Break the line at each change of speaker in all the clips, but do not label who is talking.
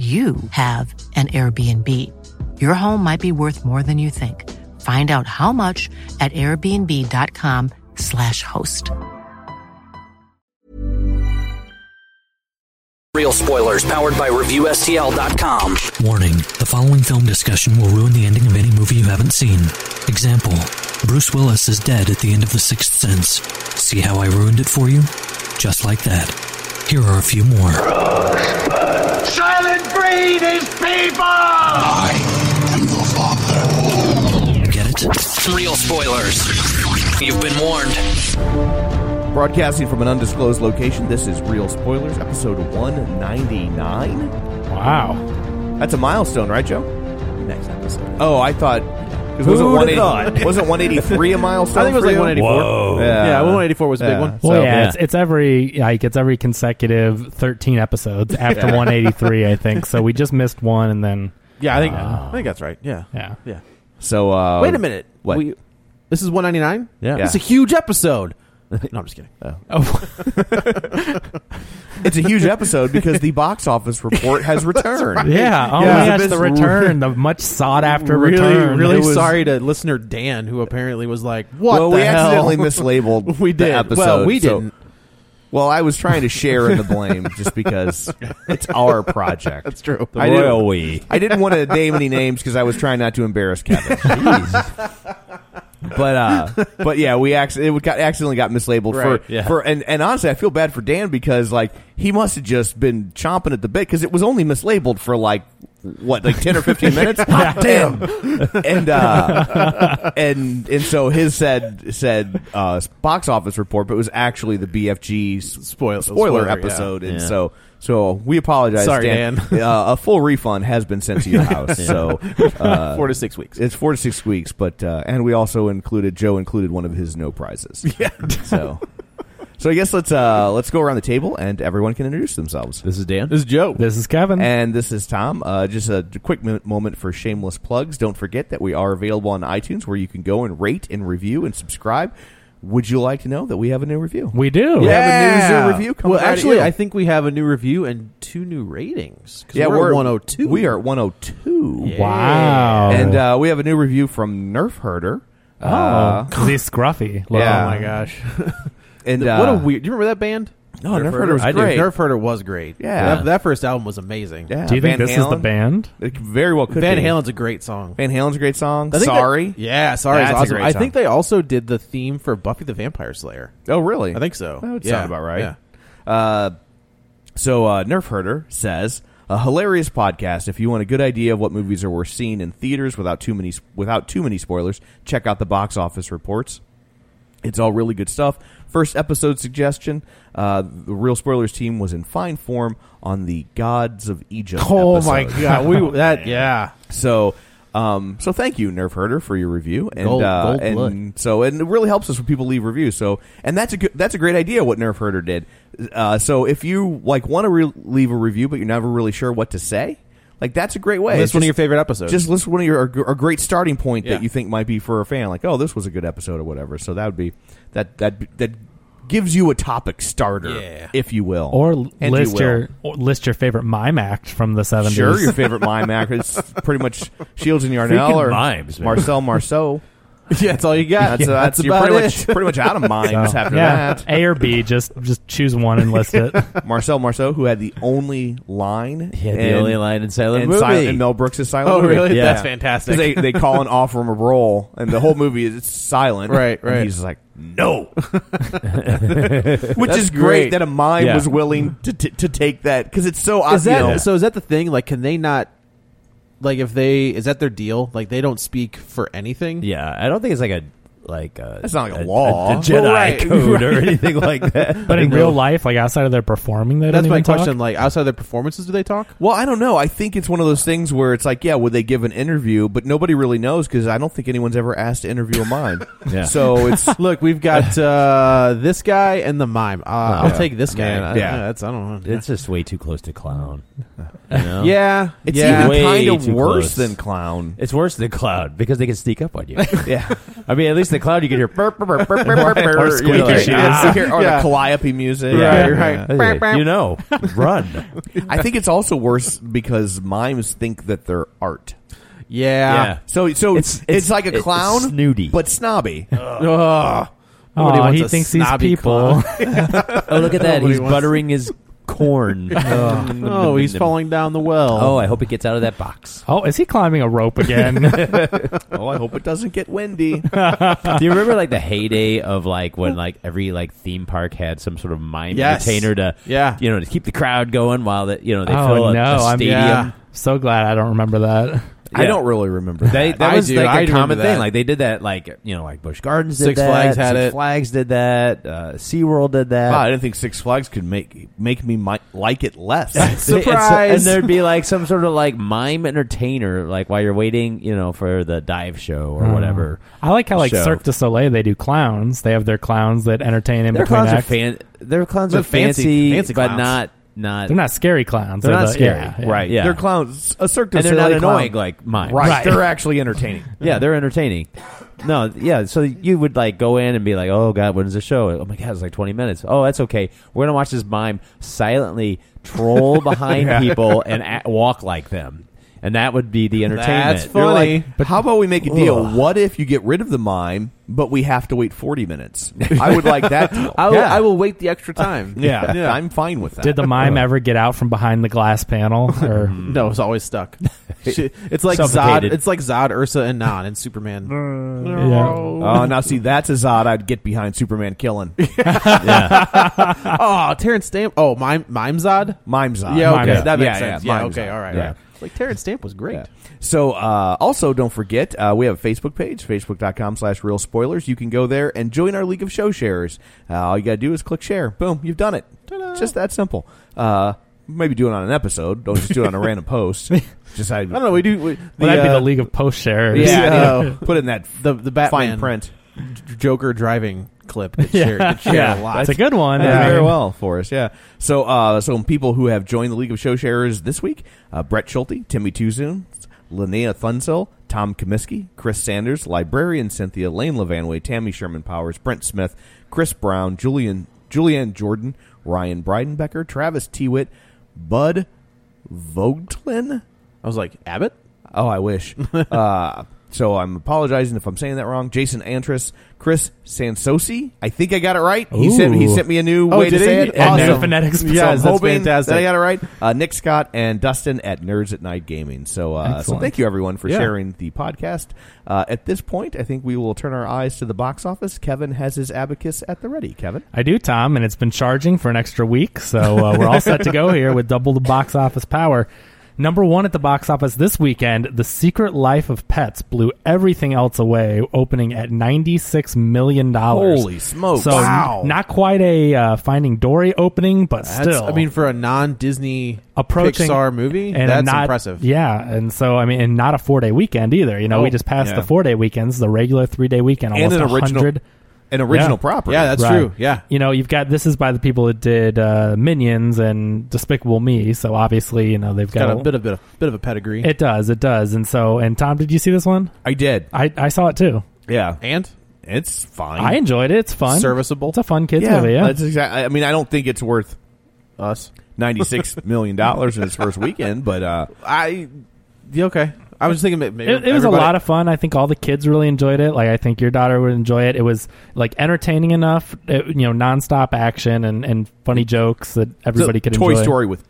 you have an Airbnb. Your home might be worth more than you think. Find out how much at airbnb.com/slash host.
Real spoilers powered by ReviewSTL.com.
Warning the following film discussion will ruin the ending of any movie you haven't seen. Example Bruce Willis is dead at the end of The Sixth Sense. See how I ruined it for you? Just like that. Here are a few more.
Silent breed is people!
Get it?
Real spoilers. You've been warned.
Broadcasting from an undisclosed location, this is Real Spoilers, episode 199.
Wow.
That's a milestone, right, Joe? Next
episode.
Oh, I thought. 'cause
Who'd
Wasn't, 180
have thought?
wasn't 183 a milestone?
I think it was
for
like
you?
184.
Whoa.
Yeah,
Yeah.
184 was a
Uh, Yeah.
big one.
Well,
So-
Oh, yeah,
Yeah.
It's, it's every like it's every consecutive thirteen episodes after 183, I think. So we just missed one, and then
Yeah, I think I think that's right. Yeah.
yeah,
Yeah.
So, uh,
Wait a minute.
What?
We- this is 199?
Yeah.
It's a huge episode. no, I'm just kidding.
oh,
It's a huge episode because the box office report has returned.
yeah, oh
Yeah.
my
It's
gosh,
a
the
bit-
return, the much sought after
really,
return.
really
It was-
sorry to listener Dan, who apparently was like, "What
Well,
the
we
hell?"
accidentally mislabeled
we
the
did.
episode,
Well, we
so-
didn't.
Well, I was trying to share in the blame just because it's our project. That's
true.
The I royal we. I didn't want to name any names because I was trying not to embarrass Kevin. but uh, but yeah, we actually it got accidentally got mislabeled
Right,
for
yeah.
for and, and honestly, I feel bad for Dan because like he must have just been chomping at the bit because it was only mislabeled for like what like ten or fifteen minutes. Hot damn! and uh, and and so his said said uh, box office report, but it was actually the BFG spoiler
Spoil-
spoiler,
spoiler, yeah.
episode, and
Yeah.
so. So we apologize,
Sorry, Dan.
uh, a full refund has been sent to your house. So uh,
Four to six weeks.
it's four to six weeks, but uh, and we also included Joe included one of his no prizes. Yeah. So, so I guess let's uh, let's go around the table and everyone can introduce themselves.
This is Dan. This is Joe.
This is Kevin.
And this is Tom. Uh, just a quick mo- moment for shameless plugs. Don't forget that we are available on iTunes, where you can go and rate and review and subscribe. Would you like to know that we have a new review?
we do.
Yeah. have a news or review coming
Well,
right at
actually,
you.
I think we have a new review and two new ratings. 'Cause
yeah,
we're,
we're,
at 102.
We are at 102.
Wow.
And uh, we have a new review from Nerf Herder.
oh, he's scruffy.
yeah.
Oh my gosh!
And
what a
uh,
weird. Do you remember that band?
No, Nerf Herder was
I do.
great.
Nerf Herder was great.
Yeah.
that, that first album was amazing.
yeah,
Do you think
Van
this is the
Halen.
band?
It very well could
Van
be.
Halen's a great song.
Van Halen's a great song.
I think
Sorry.
that- yeah, sorry. is
That's a
awesome.
great
I
song.
think they also did the theme for Buffy the Vampire Slayer.
Oh, really?
I think so.
That would
Yeah,
sound about right.
yeah.
Uh, so uh, Nerf Herder says a hilarious podcast. If you want a good idea of what movies are worth seeing in theaters without too many without too many spoilers, check out the box office reports. It's all really good stuff. First episode suggestion: uh, the Real Spoilers team was in fine form on the Gods of Egypt.
Oh
episode.
my god, we that yeah.
So, um, so thank you, Nerf Herder, for your review, and
Gold-
uh,
gold
and
blood.
so and it really helps us when people leave reviews. So, and that's a good, that's a great idea what Nerf Herder did. Uh, so, if you like want to re- leave a review, but you're never really sure what to say, like that's a great way.
That's
It's
one of
just-
your favorite episodes.
Just list one of your a great starting point
Yeah.
that you think might be for a fan, like oh, this was a good episode or whatever. So that would be that that that gives you a topic starter,
Yeah.
if you will,
Or
And you
list
will.
your or list your favorite mime act from the seventies.
Sure, your favorite mime actor. It's pretty much Shields and Yarnell or
mimes, man.
Marcel Marceau.
yeah, that's all you got.
That's,
Yeah,
that's,
that's
you're
about
pretty
it.
much pretty much out of
So,
minds after
yeah,
that.
A or B, just just choose one and list it.
Marcel Marceau, who had the only line,
Yeah, the
in-
only line in Silent
and,
Movie.
Sil- and Mel Brooks is silent.
Oh,
Movie.
really?
Yeah.
That's
So
fantastic.
they they call an offer him a role, and the whole movie is it's silent.
Right,
And
right.
he's like, no, which is great,
great.
that a mime
Yeah.
was willing to t- to take that because it's so
is
obvious.
that so? Is that the thing? Like, can they not? Like, if they is that their deal? Like, they don't speak for anything.
yeah, I don't think it's like a like a.
That's not like a law.
a Jedi
Well, right,
code or anything like that.
But
I
in
think
real
they'll-
life, like outside of their performing, they
That's
don't
my
even talk?
question. Like, outside of their performances, do they talk?
Well, I don't know. I think it's one of those things where it's like, yeah, would they give an interview? But nobody really knows because I don't think anyone's ever asked to interview a mime.
Yeah.
So it's
Look, we've got uh, this guy and the mime. Uh,
Oh,
I'll take this guy.
Man,
I-
yeah.
that's I don't know.
it's just way too close to clown. you know?
yeah,
it's
yeah.
Way
even kind of
too close.
worse than clown.
It's worse than cloud because they can sneak up on you.
yeah.
I mean, at least the cloud you can hear burp burp burp burp burp burp.
Or
squeaky shoes.
Or
Yeah.
the calliope music.
Yeah.
right.
Yeah. You know, run.
I think it's also worse because mimes think that they're art.
yeah.
Yeah.
So so
It's-
it's
it's-
it's, like a
it's
clown,
snooty.
but snobby.
Ugh. Nobody
Oh,
wants
he
a
thinks these
snobby
people.
Oh, look at that.
Nobody
He's
wants-
buttering his corn.
Oh, he's falling down the well.
Oh, I hope it gets out of that box.
oh, is he climbing a rope again?
oh, I hope it doesn't get windy.
Do you remember like the heyday of like when like every like theme park had some sort of mime
Yes.
entertainer to
Yeah.
you know to keep the crowd going while that you know they
Oh,
fill a,
no,
a
I'm-
stadium.
yeah.
so glad I don't remember that.
I don't really remember. That.
They, that
I
was
do. I
like a
remember
common thing.
that.
Like they did that. Like you know, like Busch Gardens did
Six
that.
Flags had
Six
it.
Flags did that. Uh, SeaWorld did that.
Wow, I didn't think Six Flags could make make me mi- like it less.
They- and so-
Surprise!
And, there'd be like some sort of like mime entertainer, like while you're waiting, you know, for the dive show
Hmm.
or whatever.
I like how like
Show.
Cirque du Soleil they do clowns. They have their clowns that entertain in
Their
between
clowns are
acts.
fan. Their clowns
They're
are fancy,
fancy- fancy
but
clowns.
not not.
they're not scary clowns.
They're not
the-
scary,
yeah, yeah.
right?
Yeah.
They're clowns. A Cirque du
and they're not
Soleil clown.
annoying like mime.
Right.
Right.
They're actually entertaining.
Yeah, they're entertaining. No, yeah. So you would like go in and be like, "Oh God, when's the show?" Oh my God, it's like twenty minutes. Oh, that's okay. We're gonna watch this mime silently troll behind people and a- walk like them, and that would be the entertainment.
That's
They're
Funny.
like, how about we make a deal?
Ugh.
What if you get rid of the mime, but we have to wait forty minutes? I would like that. Deal.
I will,
Yeah.
I will wait the extra time.
yeah. I'm fine with that.
Did the mime ever get out from behind the glass panel? Or
Mm.
No, it's always stuck. She- it's like Zod.
Suffocated.
It's like Zod, Ursa, and Nan and Superman.
yeah.
Oh, now see, that's a Zod I'd get behind Superman killing.
oh, Terrence Stamp. Oh, Mime, Mime Zod.
Mime Zod.
Yeah, okay,
Mime Zod.
that makes
Yeah,
sense.
yeah,
Yeah,
Mime
okay,
Zod.
all right.
Yeah.
all right. Like Terrence Stamp was great.
So, uh, also, don't forget, uh, we have a Facebook page, facebook.com slash real spoilers. You can go there and join our League of Show Sharers. Uh, all you got to do is click share. Boom, you've done it. Just that simple. Uh, maybe do it on an episode. Don't just do it on a random post. Just I,
I don't know. We do. We,
Well, that'd be
uh,
the League of Post Sharers.
Yeah, you
Yeah.
know, put in that
The the
fine
Batman
print.
J- Joker driving clip. Gets shared, gets shared
Yeah,
a lot.
that's a good one.
Yeah,
I mean,
very well for us. Yeah. So, uh, some people who have joined the League of Show Sharers this week: uh, Brett Schulte, Timmy Tuzoon, Linnea Thunsell, Tom Comiskey, Chris Sanders, librarian Cynthia Lane Levanway, Tammy Sherman Powers, Brent Smith, Chris Brown, Julian Julianne Jordan, Ryan Breidenbecker, Travis Tewitt, Bud Vogtlin.
I was like Abbott.
Oh, I wish. uh, so I'm apologizing if I'm saying that wrong. Jason Antris, Chris Sansosi. I think I got it right. He sent he
Ooh.
sent me a new
Oh,
way to
did he?
say it.
And
no
Awesome.
phonetics.
So I'm
Yes, that's
hoping
fantastic.
that I got it right. Uh, Nick Scott and Dustin at Nerds at Night Gaming. So, uh, so
Excellent.
thank you everyone for
Yeah.
sharing the podcast. Uh, at this point, I think we will turn our eyes to the box office. Kevin has his abacus at the ready. Kevin,
I do, Tom, and it's been charging for an extra week, so uh, we're all set to go here with double the box office power. Number one at the box office this weekend, The Secret Life of Pets blew everything else away, opening at ninety-six million dollars.
Holy smokes.
So
Wow.
n- not quite a uh, Finding Dory opening, but
That's,
still,
I mean, for a non Disney
approaching
Pixar movie,
and
that's
not-
impressive.
Yeah, and so I mean, and not a four-day weekend either. You know, we
Oh,
just passed
yeah.
the four-day weekends, the regular three-day weekend,
And
almost
an original-
100
an original
Yeah.
property.
Yeah, that's
Right.
true. Yeah.
You know, you've got this is by the people that did uh, Minions and Despicable Me, so obviously, you know, they've got,
Got a bit of bit of bit of a pedigree.
It does, it does. And so, and Tom, did you see this one?
I did.
I, I saw it
Mm.
too.
Yeah,
and
it's fine.
I enjoyed it. It's fun.
serviceable.
It's a fun kids
yeah,
movie, yeah.
that's exactly. I mean, I don't think it's worth
Us.
ninety six million dollars in its first weekend, but uh,
I. Yeah, okay. I was thinking that maybe
It, it was a
everybody-
lot of fun. I think all the kids really enjoyed it. Like I think your daughter would enjoy it. It was like entertaining enough, it, you know, nonstop action and, and funny jokes that everybody could
Toy
enjoy.
Story with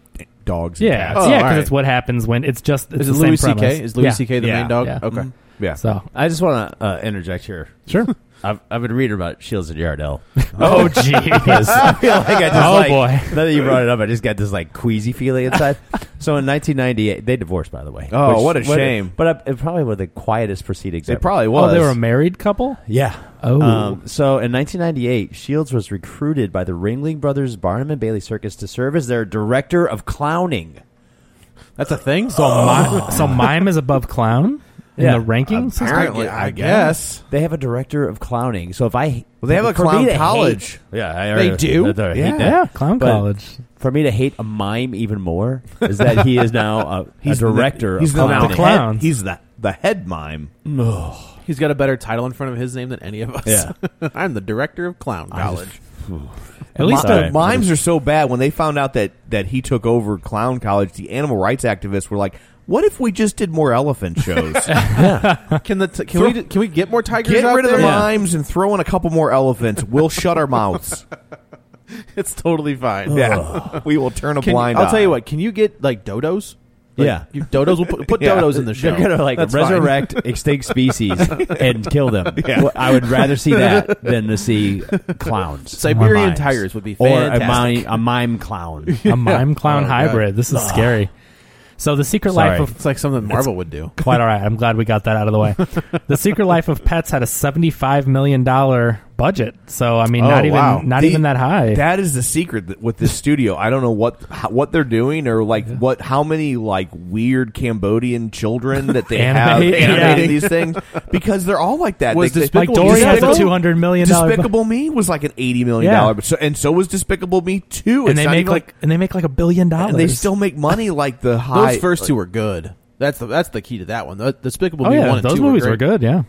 dogs. and cats.
yeah, yeah,
Oh, all
because
right.
it's what happens when it's just it's
Is it
the same
Louis C.K.?
premise.
Is Louis
Yeah.
C.K. the
Yeah.
main dog?
Yeah.
Okay.
Mhm. yeah.
So
I just want to uh, interject here.
sure.
I've, I've been reading about Shields and Yardell.
oh jeez.
Because I feel like I just
Oh,
like,
boy.
Now that you brought it up, I just got this like queasy feeling inside. so in 1998, they divorced, by the way.
Oh, what a shame.
But uh, it probably were the quietest proceedings.
it
ever.
probably was.
Oh, they were a married couple.
Yeah.
Oh.
Um, so in 1998, Shields was recruited by the Ringling Brothers Barnum and Bailey Circus to serve as their director of clowning.
That's a thing.
So mime, so mime is above clown in
Yeah.
the rankings. system?
apparently, I guess
They have a director of clowning. So if I
Well, they have a
for me
clown
to hate-
college.
yeah, I
They
already-
do?
I hate
Yeah.
that.
yeah, clown
But-
college.
For me to hate a mime even more is that he is now a, a
the-
director
he's
of
the,
clowning.
the
Clowns.
head- he's the the head mime.
he's got a better title in front of his name than any of us.
Yeah.
I'm the director of clown college.
At least
Sorry.
a-
Mimes are so bad. When they found out that that he took over Clown College, the animal rights activists were like, "What if we just did more elephant shows?
Can the t- can we can we get more tigers?
Get
out
rid of the
there?
mimes and throw in a couple more elephants. We'll shut our mouths.
It's totally fine.
Yeah, we will turn a
Can-
blind.
I'll
eye.
tell you what. Can you get like dodos? Like,
Yeah.
you, dodos. We'll put, put
Yeah.
dodos in the show.
They're gonna like
That's fine.
resurrect extinct species and kill them. Well, I would rather see that than to see clowns.
Siberian
or mimes.
tigers would be
Or a mime,
fantastic.
a mime clown.
a
Oh,
mime clown
God.
hybrid. This is scary. So the secret
Sorry.
life of
It's like something Marvel would do.
quite all right. I'm glad we got that out of the way. the secret life of pets had a 75 million dollar budget. So I mean,
Oh,
not even
wow.
not
The-
even that high.
That is the secret th- with this studio. I don't know what how, what they're doing or like what how many like weird Cambodian children that they have
Animate-
animating
yeah.
these things because they're all like that.
Was
They- they-
like
Despicable
Dory has a
Despicable-
200 million dollar. bu-
Despicable Me was like an eighty million
Yeah.
dollar, but so, and so was Despicable Me too.
and they make like, and they make like a billion dollars.
and they still make money like the
Those
high
first two were good. That's the that's the key to that one. The Despicable
Oh
Me
yeah,
one and
those
two
movies
were,
were
great.
good. Yeah,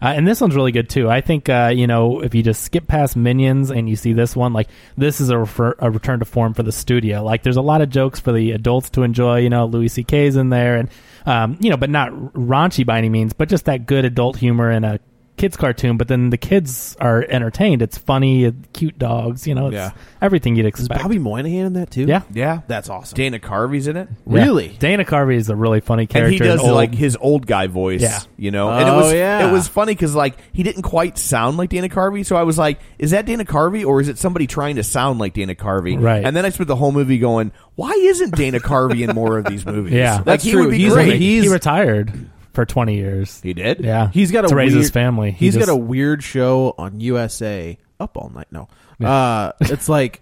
uh, and this one's really good too. I think uh, you know if you just skip past Minions and you see this one, like this is a, refer- a return to form for the studio. Like there's a lot of jokes for the adults to enjoy. You know, Louis C.K.'s in there, and um, you know, but not raunchy by any means, but just that good adult humor in a kids cartoon. But then the kids are entertained. It's funny, uh, cute dogs. You know, it's
Yeah.
everything you'd
Is
expect.
Bobby Moynihan in that too?
Yeah.
Yeah,
That's awesome.
Dana Carvey's in it,
Yeah.
Really?
Dana Carvey is a really funny character.
and he does
old-
like his old guy voice.
Yeah.
you know, and it
Oh,
was
yeah.
it was funny because like he didn't quite sound like Dana Carvey, so I was like, is that Dana Carvey or is it somebody trying to sound like Dana Carvey?
Right.
And then I spent the whole movie going, why isn't Dana Carvey in more of these movies?
Yeah.
like,
That's
he
true.
Would be
He's
great.
like-
he,
he retired for 20 years.
did.
Yeah,
He's got a
to
weird,
raise his family. He
he's
just-
got a weird show on USA up all night. No, uh, it's like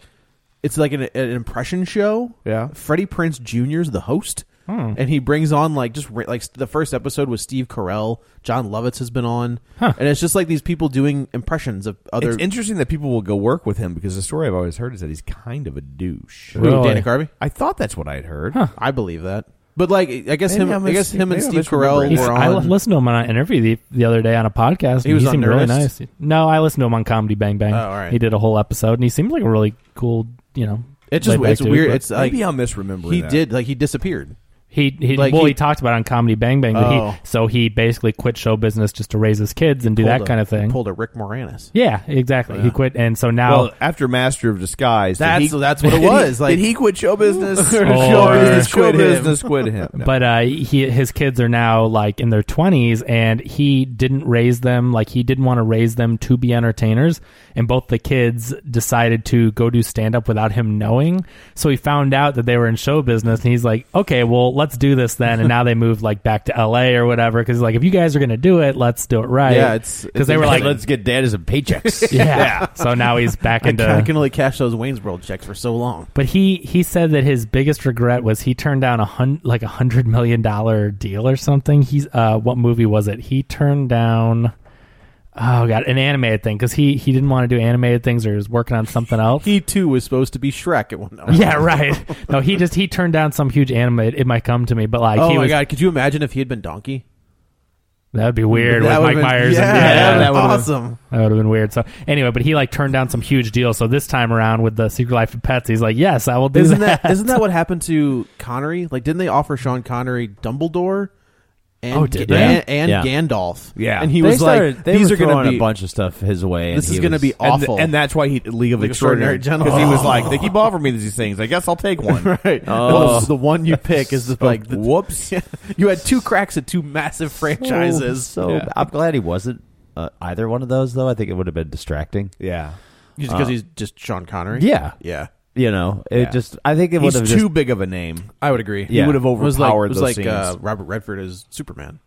it's like an, an impression show.
Yeah. Hmm.
Freddie Prince Jr.'s the host, and he brings on like just ra- like the first episode was Steve Carell, John Lovitz has been on, and it's just like these people doing impressions of other.
It's interesting that people will go work with him because the story I've always heard is that he's kind of a douche.
Who,
Really?
Dana Carvey,
I thought that's what I had heard.
I believe that. But like, I guess
Maybe
him.
I'm
I guess
mis-
him and
maybe I'm
Steve Carell
misremembering.
He's-
were
I
on.
li- listened to him on an interview the, the other day on a podcast.
He was
and
on
seemed really
Nerdist?
nice. No, I listened to him on Comedy Bang Bang.
Oh, all right.
He did a whole episode, and he seemed like a really cool, you know.
It's just
laid-back
it's
dude,
weird.
but
It's like
Maybe I'm misremembering.
he
that.
did like he disappeared.
he, he
like,
well,
he-
he, talked about it on Comedy Bang Bang. That
Oh.
he, so he basically quit show business just to raise his kids and do that
Pulled a-
kind of thing.
Pulled a Rick Moranis.
Yeah, exactly. He quit, and so now.
Well, after Master of Disguise, did
That's-
he-
that's what it
did he-
was, like-
did he quit show business?
Or- Show business
show
quit him.
business quit him. No.
but uh, he his kids are now like in their 20s and he didn't raise them like he didn't want to raise them to be entertainers and both the kids decided to go do stand up without him knowing so he found out that they were in show business and he's like okay well let's do this then and now they moved like back to LA or whatever because like if you guys are gonna do it let's do it right
Yeah, it's-
because they were like
let's get dad some paychecks.
yeah. so now he's back
I
into
ca- I can only cash those Wayne's World checks for so long.
But he he said that his biggest regret was he turned down a hun- like a hundred million dollar deal or something. He's uh, what movie was it? He turned down. Oh god, an animated thing because he he didn't want to do animated things or he was working on something else.
He too was supposed to be Shrek at one. No.
yeah, right. No, he just he turned down some huge anime. It might come to me, but like
Oh
he
my
was
god! Could you imagine if he had been Donkey?
that would be weird with Mike
would've been-
Myers.
Yeah,
and,
that would
would've been-
awesome.
That would have been weird. So anyway, but he like turned down some huge deal. So this time around with the Secret Life of Pets, he's like, yes, I will do
Isn't that isn't that what happened to Connery? Like, didn't they offer Sean Connery Dumbledore? and
Oh, did
Ga-
they?
and, and
Yeah.
Gandalf.
Yeah.
and he
They
was
started-
like,
they
"These
were
are going
throwing
to be
a bunch of stuff his way. and
This is
he
going to
was-
be
And,
awful."
and that's why he League of
Like
Extraordinary
Extraordinary
because he was like, they keep offering me these things. I guess I'll take one.
right.
Oh.
The, the one you pick is the, like the,
whoops.
you had two cracks at two massive franchises.
So, so I'm glad he wasn't uh, either one of those, though. I think it would have been distracting.
Yeah,
just
Uh.
because he's just Sean Connery.
Yeah.
yeah,
You know, it
Yeah.
just, I think it would
he's
have
too
just.
big of a name.
I would agree.
Yeah.
He would have
It
It was like,
overpowered
it was
those
like
scenes.
uh, Robert Redford is Superman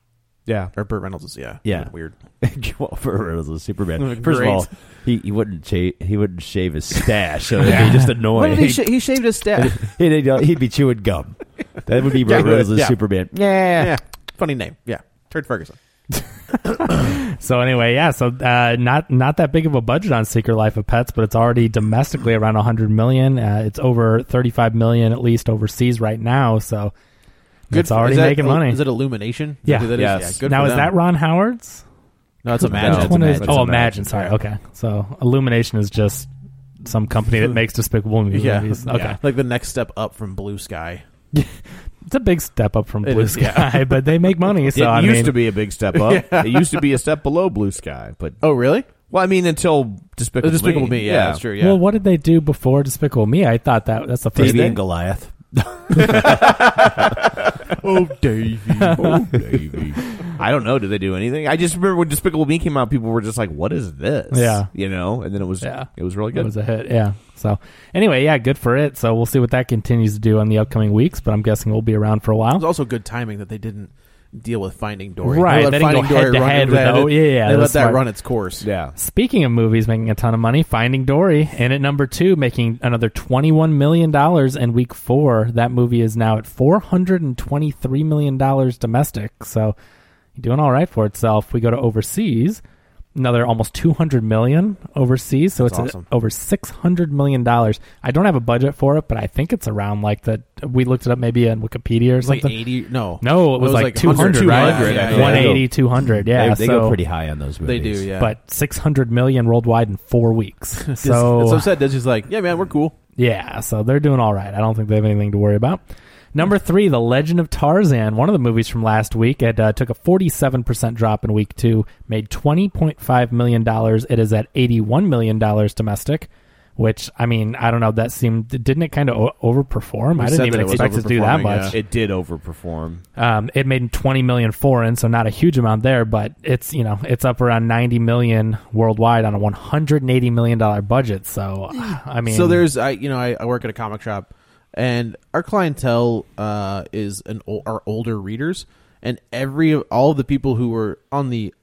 yeah,
or Burt Reynolds is yeah
Yeah.
weird.
Well, for it was a Superman.
Great.
First of all, he, he wouldn't shave. He wouldn't shave his stash. So it'd be just annoying.
he shaved his staff.
he'd, he'd, uh, he'd be chewing gum. That would be
Yeah,
Burt Reynolds as
yeah.
Superman.
yeah, funny name. Yeah, Turd Ferguson.
So anyway, yeah. So uh, not not that big of a budget on Secret Life of Pets, but it's already domestically around 100 million. Uh, it's over 35 million at least overseas right now. So it's
for-
already
is that-
making money.
Is it Illumination? Is
Yeah.
that who that is?
Yes.
Yeah, good
now
for
is
them.
that Ron Howard's?
No, it's
Which
Imagine.
one is-
It's
oh,
Imagine.
Imagine. Sorry. Okay. So Illumination is just some company that makes despicable movies.
Yeah,
Okay.
Yeah. like the next step up from Blue Sky.
It's a big step up from
It
Blue
is,
Sky,
yeah.
but they make money. So
it
I
used
mean,
to be a big step up. It used to be a step below Blue Sky, but
Oh, really?
well, I mean, until Despicable,
Despicable
Me.
Me. Yeah, that's true. Yeah.
well, what did they do before Despicable Me? I thought that that's the first
Baby
thing.
and Goliath.
Oh, Davey. Oh, Davey. I don't know. Did they do anything? I just remember when Despicable Me came out, people were just like, "What is this?"
Yeah.
you know. And then it was,
Yeah.
it was really
It
good.
was a hit, yeah. So anyway, yeah, good for it. So we'll see what that continues to do in the upcoming weeks, but I'm guessing we'll be around for a
It was
while.
also good timing that they didn't deal with Finding Dory.
Right,
let
they didn't go
Finding Dory
head to
run-
head
they
with
had
the-
it-
yeah, yeah,
They let
that's
that
smart.
run its course.
yeah,
Speaking of movies making a ton of money, Finding Dory in at number two, making another twenty-one million dollars in week four. That movie is now at four hundred and twenty-three million dollars domestic. So doing all right for itself. We go to overseas, another almost two hundred million overseas. So it's
awesome.
over six hundred million dollars. I don't have a budget for it, but I think it's around like that. We looked it up maybe on Wikipedia or
It was like
something.
80. No.
No, it was, like, 200, right?
200, yeah, yeah.
180, 200. Yeah,
they, they
so,
go pretty high on those
They
movies.
do, yeah.
But 600 million worldwide in four weeks.
Dis- that's what
So,
I said. Disney's like, yeah, man, we're cool.
yeah, so they're doing all right. I don't think they have anything to worry about. Number three, The Legend of Tarzan, one of the movies from last week. It uh, took a 47% drop in week two, made $20.5 million. It is at $81 million domestic, which, I mean, I don't know. That seemed, didn't it kind of o- overperform? I didn't
said
even
that it was
expect it to do that
overperforming,
much.
yeah.
it did overperform.
Um, it made 20 million foreign, so not a huge amount there, but it's you know it's up around 90 million worldwide on a 180 million dollar budget. So I mean,
so there's, I you know, I, I work at a comic shop, and our clientele uh, is an ol- our older readers, and every all of the people who were on the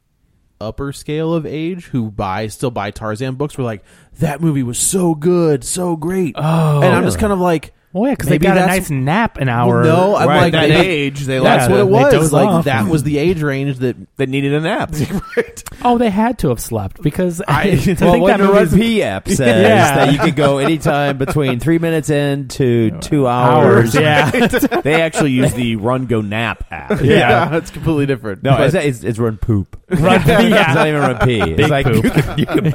upper scale of age who buy still buy Tarzan books were like, that movie was so good, so great. Oh, and I'm just kind of like,
well, yeah, because they
maybe
got a
that's-
nice nap an hour.
No, I'm
Right,
like
that
they-
age, they
That's
like
what
to-
it
they
was.
doze
Like
off.
that was the age range that
They needed an app.
oh, they had to have slept because I, think
well,
that
when the
movie's-
Run P app says
Yeah.
that you can go anytime between three minutes in to two hours.
hours, yeah,
they actually use the Run Go Nap app.
Yeah.
it's completely different.
No,
But-
it's, it's, it's run poop.
Run
It's
P,
not
yeah.
even run pee. It's like
poop.
You, can, you can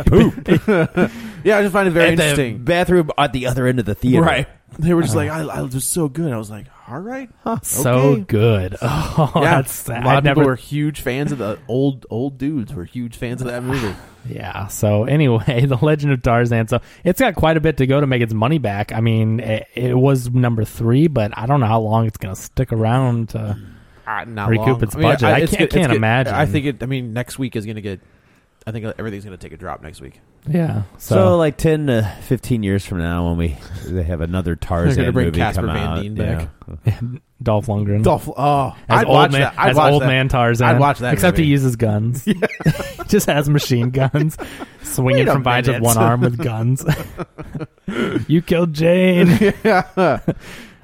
poop
yeah, I just find it very
at the
interesting.
bathroom at the other end of the theater.
Right. They were just
Uh-huh.
like, I, I was so good. I was like, all right.
so
Okay.
good. Oh,
Yeah,
that's sad.
a lot
I
of people
never
were huge fans of the old old dudes. Were huge fans of that movie.
Yeah. So anyway, the Legend of Tarzan. So it's got quite a bit to go to make its money back. I mean, it, it was number three, but I don't know how long it's going to stick around. To,
Ah, not
Recoup
long.
its budget. I
it's
can't-
it's
can't imagine.
I think it. I mean, next week is going to get. I think everything's going to take a drop next week.
yeah.
So,
So,
like ten to fifteen years from now, when we they have another Tarzan
bring
movie
Casper
come
Van
out,
Dien
you
back.
know.
Dolph Lundgren.
Dolph. Oh,
as
I'd
old
watch
man,
that. I'd
as
watch
old
that.
man Tarzan.
I'd watch that
Except he
movie.
uses guns. Just has machine guns, swinging
Wait a
from vines with
minute.
one arm with guns. you killed Jane.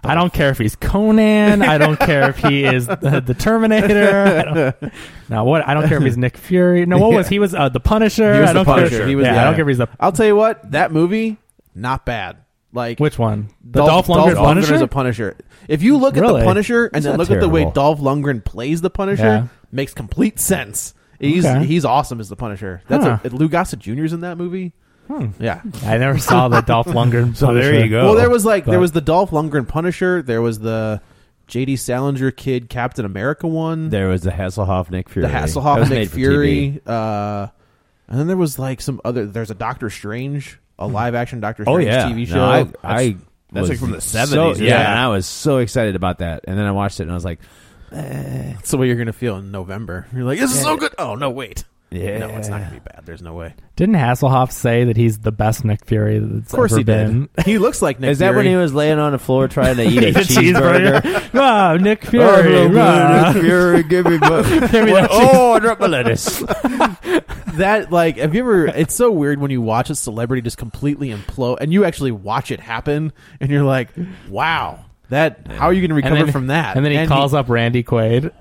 I don't care if he's Conan. I don't care if he is the, the Terminator. I don't, now what? I don't care if he's Nick Fury. No, what was he was uh, the Punisher?
He was
I
the
don't
Punisher.
Care,
He was
yeah,
the-
I don't care if he's the
I'll tell you what. That movie, not bad. Like
which one? The Dolph, Lundgren
Dolph
Punisher.
is a Punisher. If you look at
Really?
the Punisher and then
not
look at the way
terrible.
Dolph Lundgren plays the Punisher,
Yeah.
makes complete sense. He's
Okay.
he's awesome as the Punisher. That's
Huh. Hmm.
a, Lou Gossett Jr.'s in that movie. Yeah.
I never saw the Dolph Lundgren.
So there
Punisher.
you go.
Well, there was like
But-
there was the Dolph Lundgren Punisher. There was the J.D. Salinger kid Captain America one.
There was the Hasselhoff Nick Fury.
the
That
Hasselhoff
was
Nick
made for TV.
Fury. Uh, and then there was like some other. There's a Doctor Strange, a live action Doctor
Oh
Strange
yeah,
TV show.
No, I,
That's-
I
that's
was
like from the
so-
70s,
yeah,
yeah.
and I was so excited about that, and then I watched it and I was like,
that's the way you're gonna feel in November. You're like, this is so good. Oh no, wait.
Yeah.
no, it's not gonna be bad. There's no way.
Didn't Hasselhoff say that he's the best Nick Fury that's
Of course
ever
he
been?
did. He looks like Nick.
"Is that when he was laying on the floor trying to eat a cheeseburger?"
oh, Nick Fury. rah.
Fury, give me, oh, I dropped my lettuce.
that like have you ever it's so weird when you watch a celebrity just completely implode and you actually watch it happen and you're like wow that how are you going to
And
recover
then-
from that
And then he calls up Randy Quaid.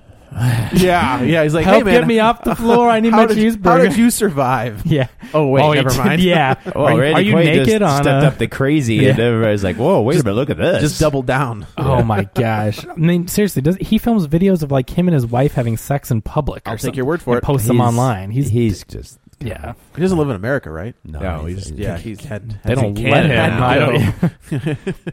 yeah yeah he's like
Help
hey man
get me off the floor. I need
how
my
did,
cheeseburger.
how did you survive
Yeah.
Oh, wait,
he
never
did-
mind. Oh,
Yeah.
Well,
are,
Randy
are you
Quaid
naked
just
on
stepped
a-
up the crazy, and
Yeah.
everybody's like, "Whoa, wait a minute, look at this!"
just double down
Oh my gosh! I mean, seriously, does he films videos of like him and his wife having sex in public? or
I'll take
something
your word for
and
it.
Posts them online. He's,
he's just
yeah.
he doesn't live in america right
no,
No,
he's,
he's-
yeah he's had
They don't
in
let
Canada
him.
now.
I don't.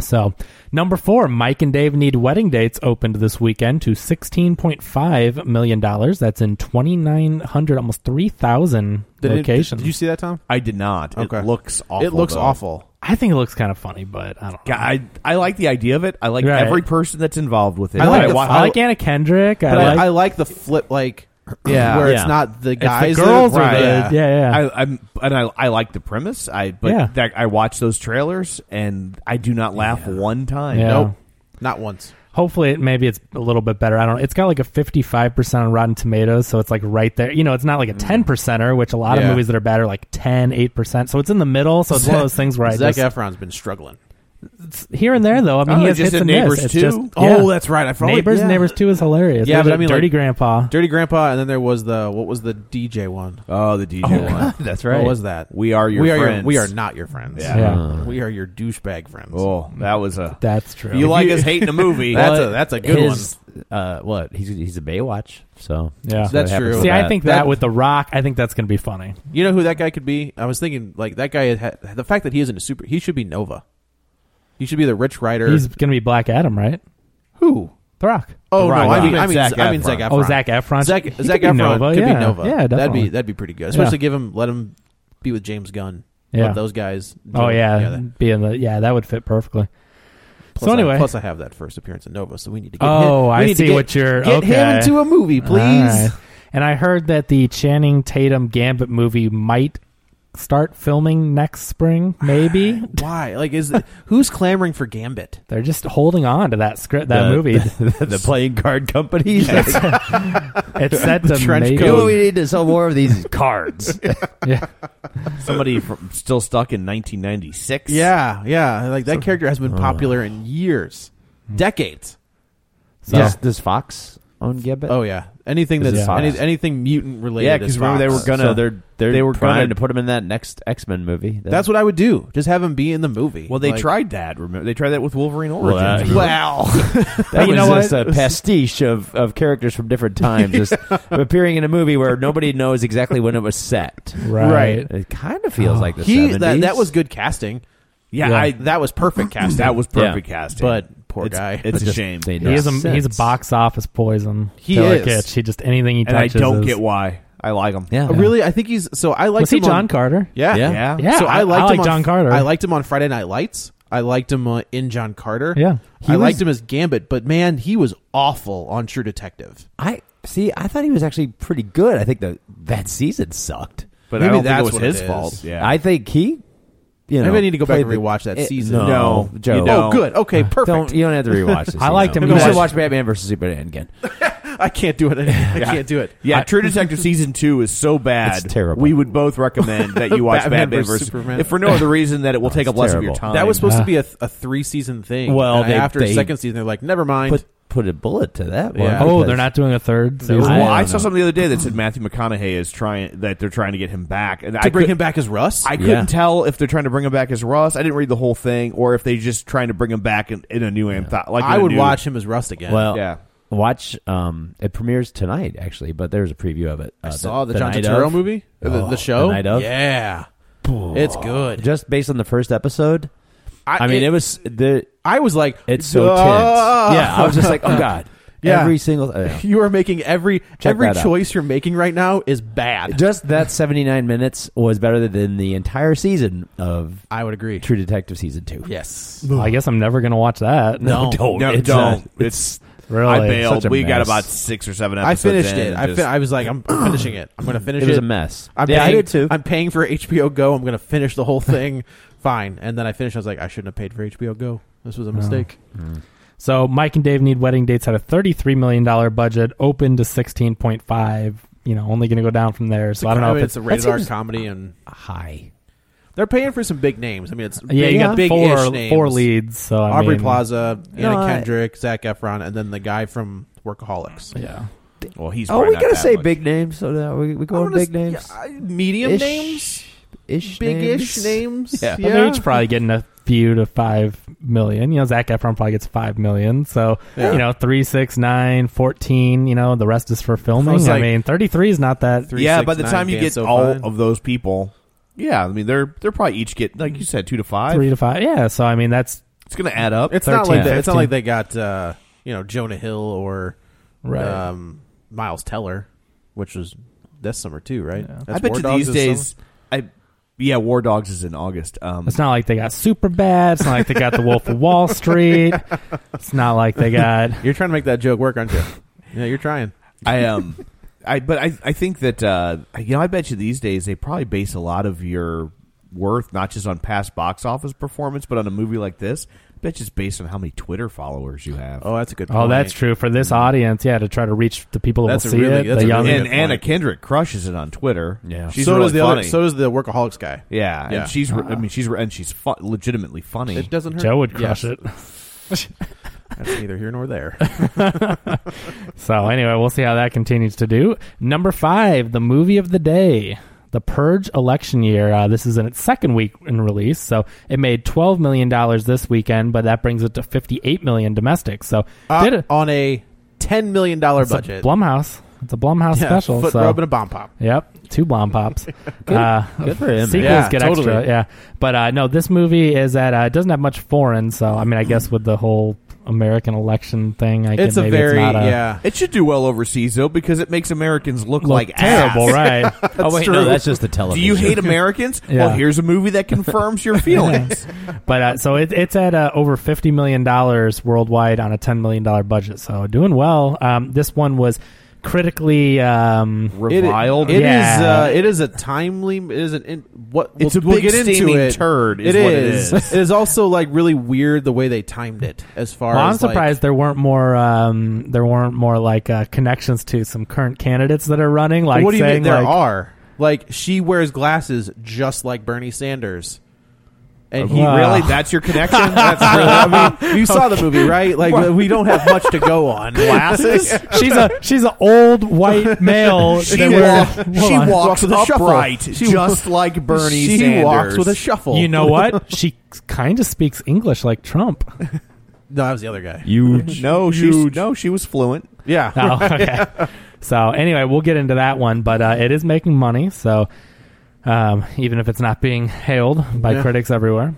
so, number four, Mike and Dave need wedding dates opened this weekend to sixteen point five million dollars. That's in twenty nine hundred, almost three thousand
Did it-
locations.
did you see that tom
I did not.
Okay.
It looks awful.
it looks
though.
awful
I think it looks kind of funny, but I don't.
God, I I like the idea of it. I like
Right.
every person that's involved with it.
I
know.
like
I,
the-
wa- I like Anna Kendrick. I
but
like
I, I like the flip like
Yeah.
where
Yeah.
it's not the
it's
guys
the girls
that,
are the-
right,
yeah, yeah.
I, I'm and I, I like the premise. I but
Yeah.
that, I watch those trailers and I do not laugh one time.
Yeah.
nope not once
Hopefully, it, maybe it's a little bit better. I don't. know. It's got like a fifty-five percent on Rotten Tomatoes, so it's like right there. You know, it's not like a ten percenter, which a lot of
Mm. Yeah.
movies that are bad are like 10, 8 percent. So it's in the middle. So it's one of those things where I
Zac
just
Efron's been struggling.
here and there though. I
Oh,
mean, he
he
has
just
hits
did
and
Neighbors
misses. It's
too?
just-
Oh,
yeah.
that's right. I forgot-
neighbors,
yeah.
neighbors too is hilarious.
Yeah,
There's
but
a
I mean,
dirty
like-
grandpa.
Dirty Grandpa, and then there was the what was the DJ one?
Oh, the DJ one.
that's right.
What was that?
We are your
we are
friends.
we are not your friends.
Yeah.
Yeah.
we are your douchebag friends.
Oh, that was a.
That's true.
you like us hating a movie?
That's a that's a good
his, Uh, what? He's he's a Baywatch, so
Yeah.
what
That's
happens
true.
with
See, I
that.
think that,
That-
with the Rock, I think that's going to be funny.
one. You know who that guy could be? I was thinking like that guy. Had, had- the fact that he isn't a super, he should be Nova. He should be the rich writer.
He's going to be Black Adam, right?
who?
The Rock.
Oh no,
Rock.
I mean
Right.
I mean
Zac
I mean
Efron.
Zac Efron.
Oh, Zac Efron.
Zac,
He could
Zac
be
Efron
Nova,
could
yeah.
be Nova.
Yeah,
that'd
definitely.
be that'd be pretty good. Especially give him let him be with James Gunn.
Yeah.
Let those guys.
Oh yeah,
that-
be in the yeah that would fit perfectly.
Plus
so anyway,
I, plus I have that first appearance in Nova, so we need to. get
Oh,
him.
I
we need to
see
get-
what you're-
get
okay.
him to a movie,
All
please.
right. And I heard that the Channing Tatum Gambit movie might start filming next spring. Maybe
Why? Like, is it, who's clamoring for Gambit?
they're just holding on to that script, that
The-
movie.
the, the playing card company.
it's set to
trench
maybe.
coat. We need to sell more of these cards.
Yeah.
Somebody from, still stuck in 1996.
Yeah, yeah. Like that character has been popular in years, decades.
So,
Does, does Fox own Gambit?
Oh yeah, anything that's
Is it
any,
Fox?
anything mutant related.
yeah,
because
because remember they were gonna
So
they're, they're
they were
trying
gonna-
to put him in that next X Men movie.
That's what I would do. Just have him be in the movie.
Well, they
Like,
tried that. Remember, they tried that with Wolverine
Well,
Origins.
that-
wow.
That
You
was
know what?
just a pastiche of, of characters from different times just appearing in a movie where nobody knows exactly when it was set.
Right.
It kind of feels like the
He
70s.
that, that was good casting.
yeah,
Yeah.
I,
That was perfect casting.
that was perfect
Yeah.
casting.
But poor
it's,
guy.
it's a
Just-
shame,
they
and
know.
He is a, he's a
Sense.
box office poison.
He
delicate.
is.
He just anything he
I
touches.
don't
is-
get why. I like him.
Yeah.
really. I think he's so. I like
Was he
him on-
John Carter?
Yeah,
Yeah.
Yeah.
Yeah,
So
I- I
I liked
like
him on,
John Carter.
I liked him on Friday Night Lights. I liked him uh, in John Carter.
Yeah. He
I
was-
liked him as Gambit, but man, he was awful on True Detective.
I see. I thought he was actually pretty good. I think that that season sucked.
But
Maybe
I don't
that's
think it was
what
his
it
fault.
is.
Yeah,
I think he. You know,
Maybe I need to go back
played
and
the-
rewatch that
it-
season.
No,
No,
Joe.
you
Oh,
don't.
good. Okay, perfect.
Don't you don't have to rewatch this.
I
you
liked
know.
him.
You
He
should
was-
watch Batman versus Superman again.
I can't do it. I can't do it.
Yeah, True Detective season two is so bad.
It's terrible.
We would both recommend that you watch
Batman
Batman,
versus
versus
Superman.
If for no other reason that it will take up
it's
less of
terrible.
your time.
That was supposed to be a, a three season thing.
Well,
And
they-
after
they-
the second season, they're like, never mind.
Put put a bullet to that one.
Yeah.
Oh,
because-
they're not doing a third season.
Well,
I
I,
don't
saw
know.
something the other day that said Matthew McConaughey is trying that they're trying to get him back, and
to
I
bring
could,
him back as Russ.
I couldn't tell if they're trying to bring him back as Russ. I didn't read the whole thing, or if they just trying to bring him back in, in a new antho- Like in
I
a
would
new-
watch him as Russ again.
Well,
Yeah.
Watch. Um, it premieres tonight, actually, but there's a preview of it. Uh,
I saw the, John
night
Turturro
of.
movie, Or the,
Oh,
the show.
The night of?
Yeah, it's good.
Just based on the first episode, I, mean, it, was the
I was like,
It's so tense.
"Duh."
Yeah, I was just like, oh god.
Yeah.
Every single
oh,
yeah.
you are making every every
that out.
choice you're making right now is bad.
just that 79 minutes was better than the entire season of
I would agree.
True Detective season 2.
Yes.
I guess I'm never gonna watch that.
No, don't.
No,
It's
don't.
a-
it's
really
I bailed.
such a
We got
mess.
about six or seven
I
episodes.
finished
in
it.
and
I,
just-
fin- I was like, I'm I'm finishing it. I'm going to finish it.
It was a mess.
I'm
Yeah, I
paying,
did too.
I'm paying for HBO Go. I'm going to finish the whole thing. Fine. And then I finished. I was like, I shouldn't have paid for HBO Go. This
Oh.
was a mistake.
So Mike and Dave Need Wedding Dates had a $33 million budget, open to 16.5. You know, only going to go down from there. So I I don't know
mean,
if
it's
it's,
a rated
that
R
seems-
comedy, and
high.
they're paying for some big names. I mean, it's
yeah,
big,
you got
big
four
names.
four leads. So I
Aubrey
mean,
Plaza, Anna
No, I-
Kendrick, Zach Efron, and then the guy from Workaholics.
Yeah,
well, he's.
Oh,
probably
we
not
got to
that
say
much.
big names. So now we, we
I
going
wanna
big
s-
names.
yeah, I- medium names,
Ish
big-ish
names?
names.
Yeah.
But they're each probably getting a few to five million. You know, Zach Efron probably gets five million. So
Yeah.
you know, three, six, nine, fourteen. You know, the rest is for filming. I,
like-
mean, thirty three is not that.
Three,
Yeah,
six,
by the
nine,
time you
dance
get
so
all
fine.
of those people, yeah, I mean they're they're probably each get like you said two to five.
Three to five, yeah. So I mean, that's
It's going to add up.
It's not like
13,
they, it's not like
15.
they got uh, you know Jonah Hill or
right.
um, Miles Teller, which was this summer too, right? That's
I bet
War
you
Dogs
these
this summer?
days. I yeah, War Dogs is in August. Um,
It's not like they got super bad. It's not like they got the Wolf of Wall Street. It's not like they got
you're trying to make that joke work, aren't you? yeah, you're trying.
I um, I but I I think that uh, you know I bet you these days they probably base a lot of your worth not just on past box office performance, but on a movie like this. I bet you it's based on how many Twitter followers you have.
Oh, that's a good.
oh,
point. Mm-hmm.
that's true for this audience. Yeah, to try to reach the people that
That's
will
a
see
really-
it,
that's
the
a
young.
really
and
good
Anna
point.
Kendrick crushes it on Twitter.
Yeah.
she's
so
really
does the
funny.
other, so does the workaholics guy.
yeah,
Yeah.
and she's re- I mean she's re- and she's fu- legitimately funny.
It doesn't hurt.
Joe would crush
Yes.
it.
That's neither here nor there.
So anyway, we'll see how that continues to do. Number five, the movie of the day, The Purge Election Year. Uh, this is in its second week in release, so it made twelve million dollars this weekend, but that brings it to fifty-eight million domestic. So
Uh,
did it?
on a ten million dollar
It's a
budget.
Blumhouse. It's a Blumhouse
Yeah,
special.
Foot
so.
rub and a bomb pop.
Yep, two bomb pops. uh,
Good for him, man.
Sequels
Yeah,
get
totally.
extra, yeah. But uh, no, this movie is at uh, it doesn't have much foreign. So I mean, I guess with the whole American election thing, I
It's
can,
a
maybe
very
it's not a,
yeah.
It should do well overseas though because it makes Americans look,
look
like
terrible,
ass.
right?
Oh wait,
true.
no, that's just the
Do
television.
you hate Americans?
Yeah.
Well, here's a movie that confirms your feelings.
But uh, so it, it's at uh, over fifty million dollars worldwide on a ten million dollar budget. So doing well. Um, this one was critically um,
It-
Reviled.
It is.
Yeah.
Uh, it is a timely. It is an. In, what we'll,
Um, It's a
we'll
big
get into
steaming
it.
turd is what it is.
it is also like really weird the way they timed it. As far
Well, I'm
as like-
surprised there weren't more. Um, there weren't more like uh, connections to some current candidates that are running. Like,
what do you
saying,
mean there
like,
are? Like she wears glasses just like Bernie Sanders. And he
Wow.
really? That's your connection? That's really,
I mean, you saw the movie, right? Like we don't have much to go on.
glasses?
She's a she's an old white male.
She,
that wear-
walk-
Hold
she
on.
walks
with a shuffle.
upright,
She-
just like Bernie
she
Sanders.
walks with a shuffle.
You know what? She kind of speaks English like Trump.
No, that was the other guy.
Huge.
no, she no, she was fluent.
Yeah.
Oh, okay. so anyway, we'll get into that one, but uh, it is making money. So um, even if it's not being hailed by
Yeah.
critics everywhere.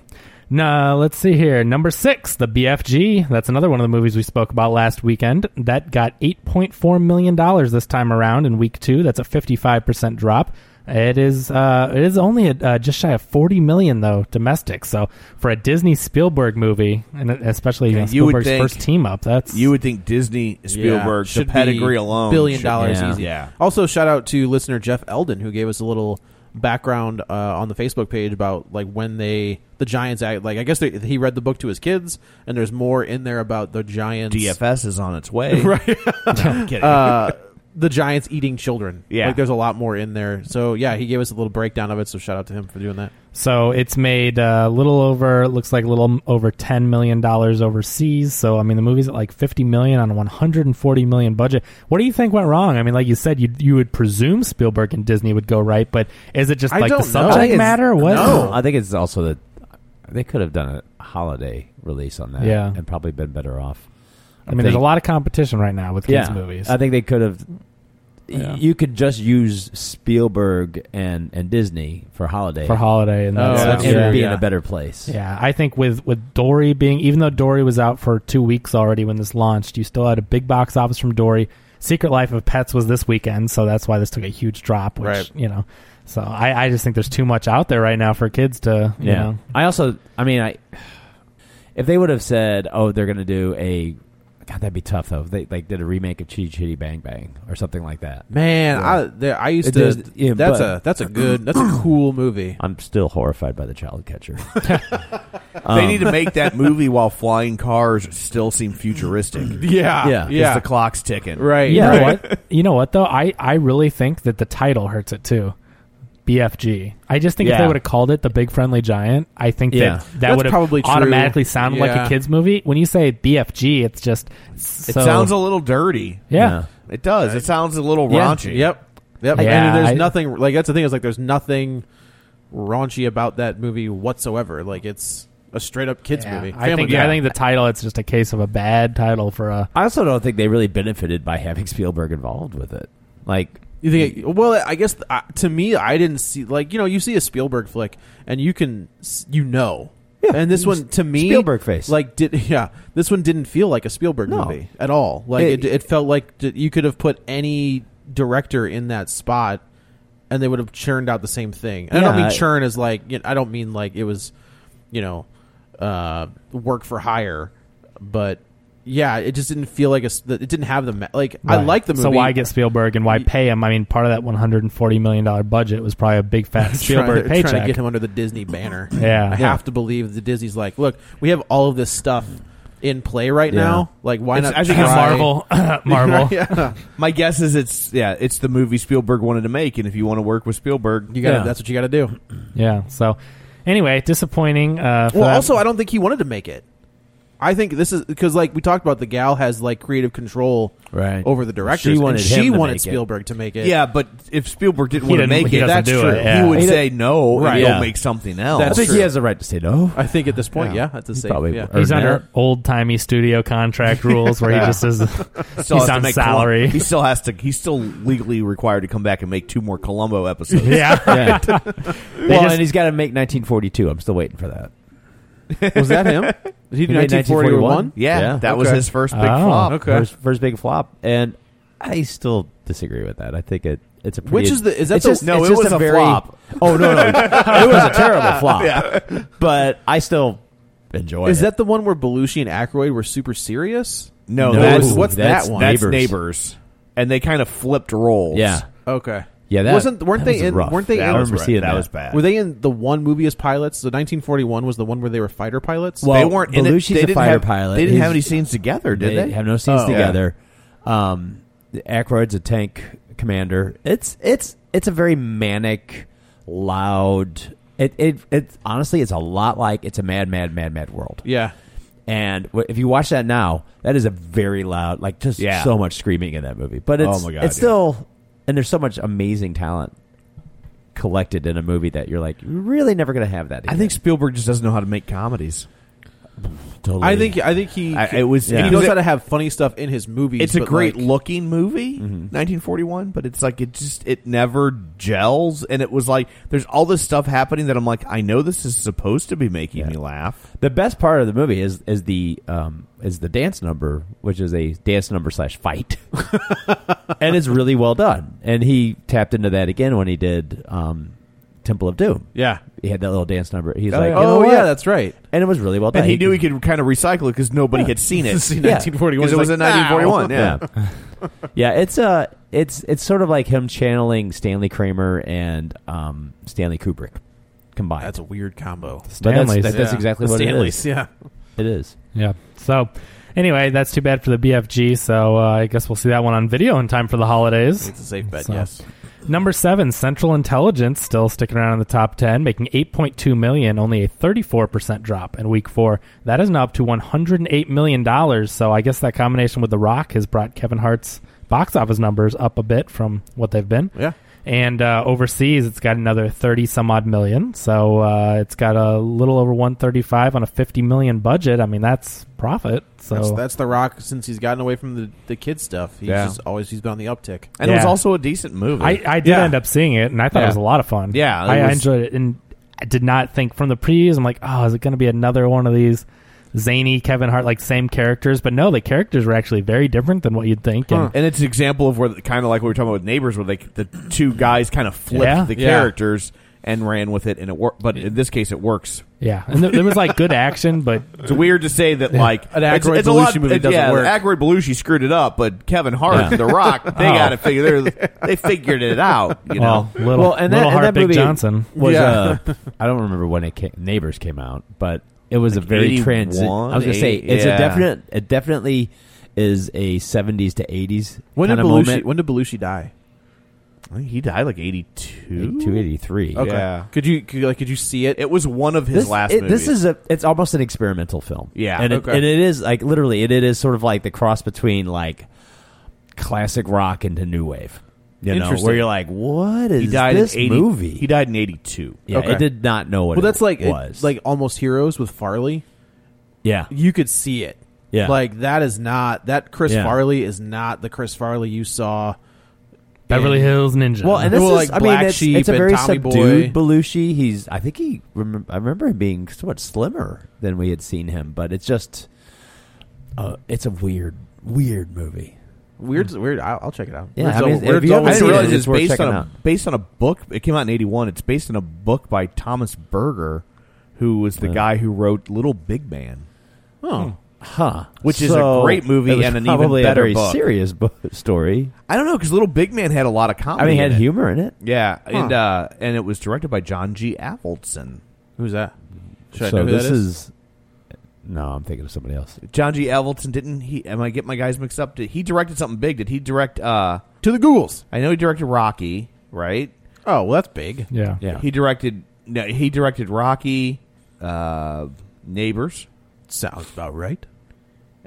No, let's see here. Number six, the BFG. That's another one of the movies we spoke about last weekend. That got eight point four million dollars this time around in week two. That's a fifty-five percent drop. It is. Uh, it is only at, uh, just shy of forty million though domestic. So for a Disney Spielberg movie, and especially you know,
Yeah, you would
Spielberg's
think-
first team up, that's
You would think Disney, Spielberg,
should
the pedigree
be
alone,
billion
should-
dollars
yeah.
easy.
Yeah.
Also, shout out to listener Jeff Eldon who gave us a little background uh, on the Facebook page about like when they the Giants act like I guess they, he read the book to his kids and there's more in there about the Giants
DFS is on its way. right? I'm kidding.
uh, the Giants eating children.
Yeah.
like there's a lot more in there. So yeah, he gave us a little breakdown of it. So shout out to him for doing that.
So it's made uh, a little over, it looks like a little m- over ten million dollars overseas. So I mean, the movie's at like fifty million on a one hundred and forty million budget. What do you think went wrong? I mean, like you said, you you would presume Spielberg and Disney would go right, but is it just
I
like the
don't know.
Oh, I think
subject
it's-
matter? What?
No, I think it's also that they could have done a holiday release on that.
Yeah.
and probably been better off.
I mean, there's a
think-
lot of competition right now with kids movies.
I think they could have
Yeah.
you could just use Spielberg and, and Disney for holiday
for holiday and
Oh,
that's,
that's
and
true,
yeah.
be in
yeah.
a better place.
Yeah, I think with with Dory being, even though Dory was out for two weeks already when this launched, you still had a big box office from Dory. Secret Life of Pets was this weekend, so that's why this took a huge drop. Which
Right.
you know, so I I just think there's too much out there right now for kids to you
Yeah.
know.
I also, I mean, I if they would have said, oh, they're going to do a God, that'd be tough though. If they like did a remake of Chitty Chitty Bang Bang or something like that.
Man, I there, I used
It
to.
does- yeah,
that's
but-
a that's a good that's a cool movie.
I'm still horrified by the child catcher. Um,
they need to make that movie while flying cars still seem futuristic.
Yeah,
Yeah.
yeah. the clock's ticking.
right.
You know
right.
what? You know what though? I I really think that the title hurts it too. BFG. I just think if they
Yeah.
would have called it the Big Friendly Giant, I think
Yeah.
that that
That's
would have
probably true.
automatically sounded like
Yeah.
a kids movie. When you say BFG, it's just so,
It sounds a little dirty.
yeah.
It does. It sounds a little
Yeah.
raunchy.
Yep. Yep.
Yeah,
and there's
I-
nothing like that's the thing is like there's nothing raunchy about that movie whatsoever. Like it's a straight up kids
Yeah,
movie.
I think,
Family
I
Guy.
think the title, it's just a case of a bad title for a.
I also don't think they really benefited by having Spielberg involved with it. Like,
You
Hmm.
think? it- well, I guess uh, to me, I didn't see like you know you see a Spielberg flick and you can s- you know.
Yeah.
and this one to me
Spielberg face.
like did yeah this one didn't feel like a Spielberg
No.
movie at all like it,
It-
it, felt like d- you could have put any director in that spot and they would have churned out the same thing and I don't
Yeah,
mean
I-
churn as like you know, I don't mean like it was you know uh, work for hire but yeah it just didn't feel like a s- it didn't have the ma- like I
Right.
like the movie
So why get Spielberg and why pay him? I mean, part of that 140 million dollar budget was probably a big fat
trying,
Spielberg
to- trying
paycheck.
to get him under the Disney banner.
Yeah.
I have to believe the Disney's like, look, we have all of this stuff in play right
Yeah.
now. Like, why
It's-
not?
I think
try-
it's
Marvel, Marvel.
yeah,
My guess is it's yeah, it's the movie Spielberg wanted to make, and if you want to work with Spielberg,
you got. to
Yeah.
That's what you got to do.
Yeah. So anyway, disappointing. Uh, for
Well,
that.
also, I don't think he wanted to make it. I think this is because, like we talked about, the gal has like creative control
Right.
over the directors.
She wanted
and she
him to
wanted
make it.
Spielberg to make it.
yeah. But if Spielberg didn't
He
want to
didn't-
make
he
it,
doesn't
that's
do
true.
it, yeah.
He would
He
say no,
Right.
and
Yeah.
go make something else.
I
That's
think
true.
he has the right to say no.
I think at this point, yeah, at the same,
probably
yeah.
or
he's
Matt.
under old timey studio contract rules where he just is.
Still
he's
has to
on
make
salary.
Colum- he still has to. He's still legally required to come back and make two more Columbo episodes.
yeah.
Yeah. well,
just-
and he's got to make 1942. I'm still waiting for that.
Was that him? Did he do
He made
1941?
Yeah,
Yeah.
that was
Okay.
his first big
Oh.
flop.
Okay.
First, first big flop, and I still disagree with that. I think it it's a pretty,
Which is the- is that
it's
the-
just,
No,
it's
it
just
was
a,
a
very,
flop.
Oh no, no, it was a terrible flop. But I still enjoy.
Is
it.
that the one where Belushi and Aykroyd were super serious?
No,
No,
that's
what's
that's
that one?
that's
Neighbors.
neighbors, and they kind of flipped roles.
yeah,
Okay.
yeah? That
wasn't weren't
that
they
was
in
rough.
weren't they
I
in
that was,
remember
right.
seeing
that,
that.
was bad.
Were they in the one movie as pilots? So 1941 was the one where they were fighter pilots.
Well,
they weren't in it.
Belushi's
They
a
didn't
fighter
have-
pilot.
They didn't
His-
have any scenes together, did they?
have no scenes
Oh.
together. Um, Ackroyd's a tank commander. It's it's it's a very manic, loud. It it it's honestly it's a lot like it's a mad mad mad mad world.
yeah,
And w- if you watch that now, that is a very loud, like just
Yeah.
so much screaming in that movie. But it's
Oh my God,
it's
yeah.
still, and there's so much amazing talent collected in a movie that you're like, you're really never gonna have that.
I
again.
think Spielberg just doesn't know how to make comedies.
Totally.
I think I think he
I- it was-
and
yeah.
he knows
it-
how to have funny stuff in his movies.
It's a
but,
great
like, Mm-hmm.
looking movie, 1941, but it's like it just it never gels, and it was like there's all this stuff happening that I'm like, I know this is supposed to be making
Yeah.
me laugh.
the best part of the movie is is the um is the dance number, which is a dance number slash fight, and it's really well done. And he tapped into that again when he did um, Temple of Doom.
Yeah.
He had that little dance number. He's
Oh,
like,
yeah.
"You know
Oh yeah,
what?"
that's right.
and it was really well done.
And he knew he could kind of recycle it because nobody had seen it.
See,
Because
1941.
it was in
He's like,
1941.
"Ow."
Yeah.
yeah. yeah, it's uh it's it's sort of like him channeling Stanley Kramer and um, Stanley Kubrick combined.
That's a weird combo.
But that's-
Stanley's.
that- that's
Yeah.
exactly
The
what
Stanleys,
it is.
Yeah,
It is.
Yeah. So anyway, that's too bad for the BFG. So uh, I guess we'll see that one on video in time for the holidays.
it's a safe bet.
So-
Yes.
Number seven, Central Intelligence, still sticking around in the top ten, making 8.2 million, only a 34 percent drop in week four. That is now up to 108 million dollars. So I guess that combination with The Rock has brought Kevin Hart's box office numbers up a bit from what they've been.
Yeah.
And uh, overseas, it's got another 30 some odd million. So uh, it's got a little over 135 on a 50 million budget. I mean, that's profit. So
That's, that's the Rock since he's gotten away from the the kid stuff. He's
Yeah.
just always he's been on the uptick.
And it was
Yeah.
also a decent movie.
I, I did
Yeah.
end up seeing it, and I thought
Yeah.
it was a lot of fun.
Yeah, it
I, I
was-
enjoyed it, and I did not think from the previews. I'm like, oh, is it going to be another one of these zany Kevin Hart like same characters? But no, the characters were actually very different than what you'd think. And
And it's an example of where, kind of like what we were talking about with Neighbors, where they the two guys kind of flipped
Yeah.
the
Yeah.
characters and ran with it, and it worked. But in this case, it works.
yeah, and there, there was like good action, but
It's weird to say that like
An
it's-
Aykroyd
it's a lot-
Belushi movie
it-
doesn't
yeah,
work.
Aykroyd Belushi screwed it up, but Kevin Hart, The Rock, they got it figured. they're- They figured it out. You know,
well, little
well, and that,
little
and
Hart
that
Big
movie
Johnson.
was.
Yeah.
Uh, I don't remember when it came, Neighbors came out, but it was a very
81,
transit. I was gonna say
eight-
it's
yeah.
a definite. It definitely is a '70s to '80s
When did
kind of
Belushi
moment.
when did Belushi die?
I think he died like eighty two.
283.
Okay. Yeah.
Could you could, like could you see it?
It was one of his
this,
last.
it-
movies.
This is a. It's almost an experimental film.
Yeah,
and it,
okay.
and it is like literally, it, it is sort of like the cross between like classic rock into new wave. You know,
Interesting.
where you're like, what is
he died
this
in 80,
movie?
He died in eighty two.
Yeah,
Okay.
I did not know what.
well, that's
it
like
was
like almost heroes with Farley.
yeah,
You could see it.
yeah,
Like that is not that Chris
Yeah.
Farley is not the Chris Farley you saw.
Beverly
in-
Hills Ninja.
Well, and this
Well,
is
like
I mean,
Black
it's,
Sheep
it's a
and
very
Tommy
subdued
Boy.
Belushi. He's I think he remember I remember him being somewhat slimmer than we had seen him, but it's just uh, it's a weird weird movie.
Weird, weird. I'll, I'll check it out.
Yeah,
Weird's
I mean,
al-
if
weird's
you haven't
I
always
seen it,
didn't
weird.
realize
it's
it's
worth
based
checking
on a
out.
based on a book. It came out in eighty one. It's based on a book by Thomas Berger, who was the guy who wrote Little Big Man,
Oh.
Huh?
which is a
So,
great
it
movie
was
and an even
probably a
better
very
book.
serious book story.
I don't know because Little Big Man had a lot of comedy.
I mean, it had
in it.
humor in it.
Yeah, and uh, and it was directed by John G. Avildsen.
Who's that? Should
so
I know who
this
that is?
no, I'm thinking of somebody else.
John G. Avildsen didn't he? Am I getting my guys mixed up? Did he directed something big? Did he direct? uh
To the Googles.
I know he directed Rocky, right?
Oh, well, that's big.
yeah,
Yeah,
He directed. No, he directed Rocky, uh, Neighbors,
Sounds about right.